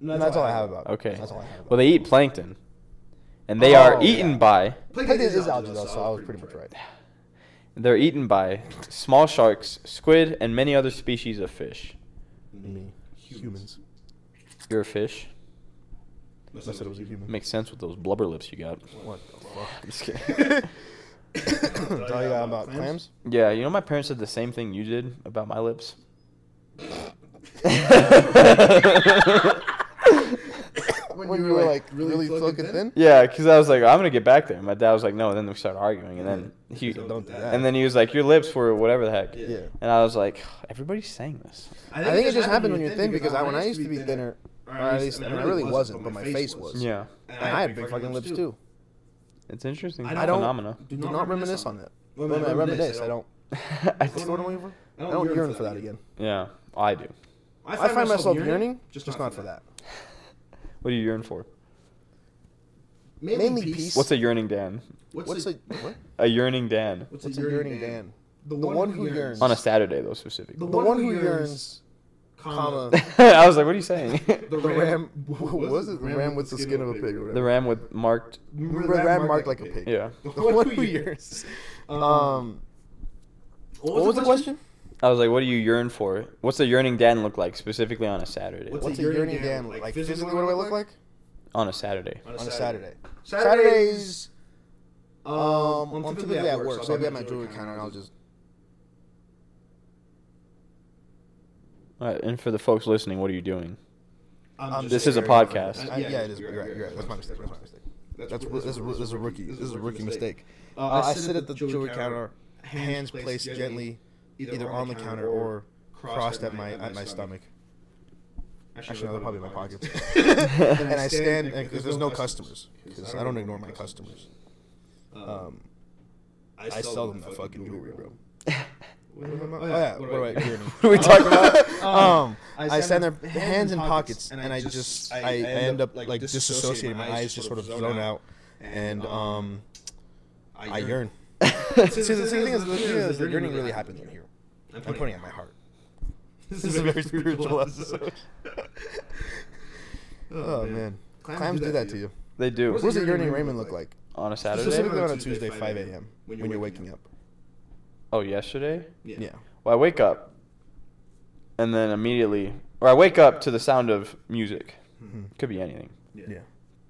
Speaker 1: No,
Speaker 4: And that's all I have about. it.
Speaker 2: Okay.
Speaker 4: That's all I have. About.
Speaker 2: Well, they eat plankton, and they
Speaker 4: Oh,
Speaker 2: are eaten
Speaker 4: yeah.
Speaker 2: by
Speaker 4: it. Plankton is algae though, so I was pretty much right.
Speaker 2: they're eaten by small sharks, squid, and many other species of fish.
Speaker 4: Me, humans.
Speaker 2: You're a fish.
Speaker 4: I said it was a human.
Speaker 2: Makes sense with those blubber lips you got.
Speaker 4: What the fuck?
Speaker 2: Just kidding.
Speaker 4: That's all you got about clams?
Speaker 2: yeah, you know my parents said the same thing you did about my lips.
Speaker 4: When, you were like really thick and thin?
Speaker 2: Yeah, because I was like, I'm gonna get back there. And my dad was like, no. And then we started arguing, and then he,
Speaker 4: Don't do that.
Speaker 2: and then he was like, your lips were whatever the heck.
Speaker 4: Yeah.
Speaker 2: And I was like, everybody's saying this.
Speaker 1: I
Speaker 4: I think it just happened when you're thin because I, when I used to be thinner, or at least, I mean, I really wasn't, but my face was.
Speaker 2: Yeah,
Speaker 1: And
Speaker 4: And I had big fucking lips too.
Speaker 2: it's interesting
Speaker 1: I
Speaker 2: I
Speaker 1: don't-
Speaker 2: phenomena.
Speaker 1: Do
Speaker 4: Do not reminisce on that.
Speaker 1: When
Speaker 4: When I reminisce, I don't.
Speaker 2: I
Speaker 4: I
Speaker 2: just-
Speaker 4: don't, I don't yearn for that again.
Speaker 2: yeah, I do.
Speaker 1: I
Speaker 4: I find myself yearning, just not for that.
Speaker 2: What do you yearn for?
Speaker 4: Mainly peace.
Speaker 2: What's a yearning Dan?
Speaker 4: What's a what?
Speaker 2: A yearning Dan
Speaker 4: What's a yearning Dan? The one who yearns.
Speaker 2: on a Saturday though, specifically.
Speaker 4: The one who yearns, comma,
Speaker 2: I was like, what are you saying?
Speaker 1: The
Speaker 4: the ram. What was it? The ram with the skin of a pig. or
Speaker 2: the
Speaker 4: whatever.
Speaker 2: ram with marked.
Speaker 4: The ram marked like a pig.
Speaker 2: Yeah,
Speaker 4: The one who yearns. Um. What was the question?
Speaker 2: I was like, what do you yearn for? What's a yearning Dan look like specifically on a Saturday?
Speaker 1: What's
Speaker 4: What's a yearning Dan look like? Physically, what do I look like?
Speaker 2: On a Saturday.
Speaker 1: On
Speaker 4: On a Saturday.
Speaker 1: Saturdays.
Speaker 4: Saturdays.
Speaker 1: Um,
Speaker 4: Um, I'm typically at work, so I'll be at my jewelry counter and I'll just.
Speaker 2: All right, and for the folks listening, what are you doing?
Speaker 1: I'm
Speaker 2: This
Speaker 1: just
Speaker 2: is a
Speaker 1: staring.
Speaker 2: podcast.
Speaker 1: Uh,
Speaker 4: I- Yeah, it is. You're right. You're right. That's my mistake. That's my mistake. That's
Speaker 1: ro-
Speaker 4: this is
Speaker 1: ro-
Speaker 4: this is a rookie. This is a rookie mistake. Uh, I sit at the jewelry counter, hands placed gently, either on the counter or crossed at my at my stomach. Actually, no, they're probably in my pockets. and I stand because there's no customers because I don't ignore my customers. Um, I sell them that fucking jewelry, bro.
Speaker 1: What am I-
Speaker 4: Oh yeah, what do I?
Speaker 2: What are we talking about?
Speaker 4: Um, I stand there, hands in pockets, and I just, I, I end up like disassociating. My eyes just sort of zone out, and um, I yearn. See, the thing is, the thing is, the yearning really happens in here. I'm putting it in my heart. This is a very spiritual episode. Oh man, clams do that to you.
Speaker 2: They do
Speaker 4: What does a yearning Raymond look like?
Speaker 2: on a Saturday.
Speaker 4: Specifically on a Tuesday, 5 a.m. when you're waking up.
Speaker 2: Oh, yesterday.
Speaker 4: Yeah.
Speaker 2: Well, I wake up, and then immediately, or I wake up to the sound of music.
Speaker 4: Mm-hmm.
Speaker 2: Could be anything.
Speaker 4: Yeah.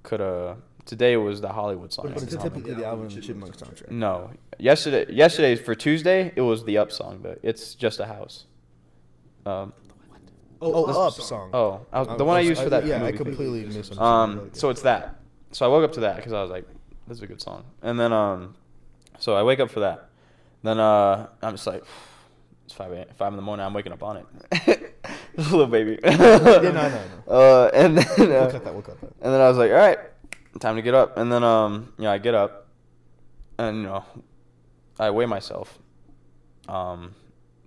Speaker 2: Could uh today was the Hollywood song.
Speaker 4: But
Speaker 2: that
Speaker 4: it's
Speaker 2: was on
Speaker 4: typically the album and Chipmunk soundtrack.
Speaker 2: No, yesterday. Yesterday for Tuesday, it was the Up song, but it's just a house. Um.
Speaker 4: Oh, up song.
Speaker 2: Oh, I was, the one I used for that.
Speaker 4: Yeah, I
Speaker 2: movie thing.
Speaker 4: completely misunderstood.
Speaker 2: Um. So it's that. So I woke up to that because I was like, "This is a good song." And then um, so I wake up for that. Then uh, I'm just like, it's five a, five in the morning. I'm waking up on it. Little baby.
Speaker 4: no, no,
Speaker 2: Uh, and then uh,
Speaker 4: We'll cut that. We'll cut that.
Speaker 2: and then I was like, all right, time to get up. And then, um, you know, I get up and, you know, I weigh myself. Um,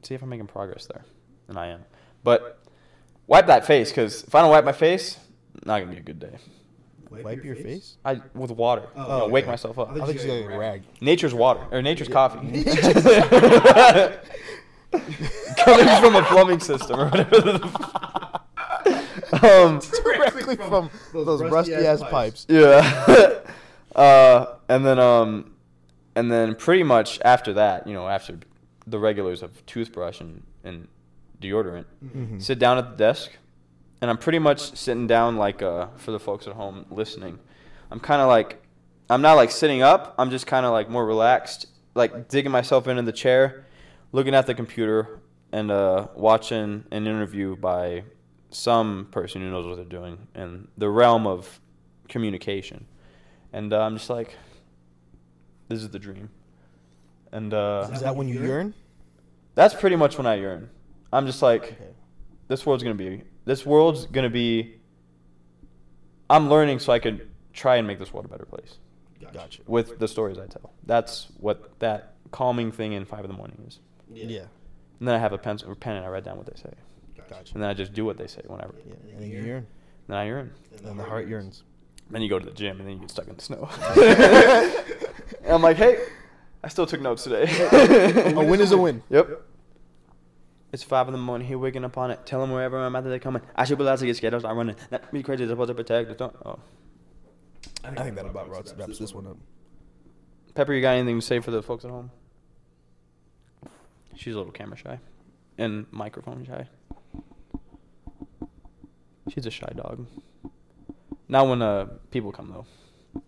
Speaker 2: see if I'm making progress there. And I am. But wipe that face because if I don't wipe my face, not going to be a good day.
Speaker 4: Wipe your face.
Speaker 2: I With water. you know, wake
Speaker 4: okay.
Speaker 2: myself up.
Speaker 4: I think she's got a rag.
Speaker 2: Nature's water, or nature's coffee. Coming from a plumbing system or whatever. the f- um,
Speaker 4: Directly from those rusty ass pipes.
Speaker 2: Yeah. uh, and then um, and then pretty much after that, you know, after the regulars of toothbrush and and deodorant,
Speaker 4: Mm-hmm.
Speaker 1: Mm-hmm.
Speaker 2: sit down at the desk, and I'm pretty much sitting down like uh for the folks at home listening, I'm kind of like, I'm not like sitting up. I'm just kind of like more relaxed, like digging myself into the chair, looking at the computer, and uh, watching an interview by some person who knows what they're doing in the realm of communication. And uh, I'm just like, this is the dream. And
Speaker 4: Is
Speaker 2: uh,
Speaker 4: that when you yearn?
Speaker 2: that's pretty much when I yearn. I'm just like,
Speaker 4: Okay.
Speaker 2: this world's gonna be this world's gonna be i'm learning so i could try and make this world a better place
Speaker 4: Gotcha.
Speaker 2: with the stories i tell that's what that calming thing in five in the morning is
Speaker 4: Yeah.
Speaker 2: and then i have a pencil or pen and i write down what they say
Speaker 4: Gotcha.
Speaker 2: and then i just do what they say whenever
Speaker 4: Yeah. And then you yearn.
Speaker 2: then i earn
Speaker 4: And the heart yearns.
Speaker 2: then you go to the gym and then you get stuck in the snow and i'm like hey i still took notes today
Speaker 4: A win is a win.
Speaker 2: Yep. It's five in the morning. He waking up on it. Tell him wherever I'm at that they're coming. I should be allowed to get scared. I start running. Not be crazy. Supposed to protect. I Don't. Oh.
Speaker 4: I think that about wraps, wraps this one up.
Speaker 2: Pepper, you got anything to say for the folks at home? She's a little camera shy, and microphone shy. She's a shy dog. Not when uh people come though.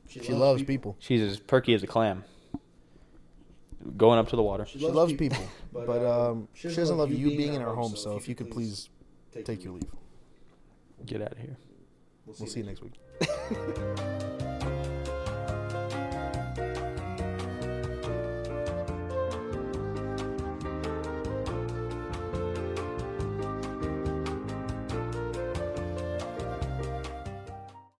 Speaker 4: She loves people.
Speaker 2: She's as perky as a clam. Going up to the water.
Speaker 4: She loves people, but um, she doesn't love you being in her home. So if you could please take your leave,
Speaker 2: Get out of here.
Speaker 4: we'll see you next week.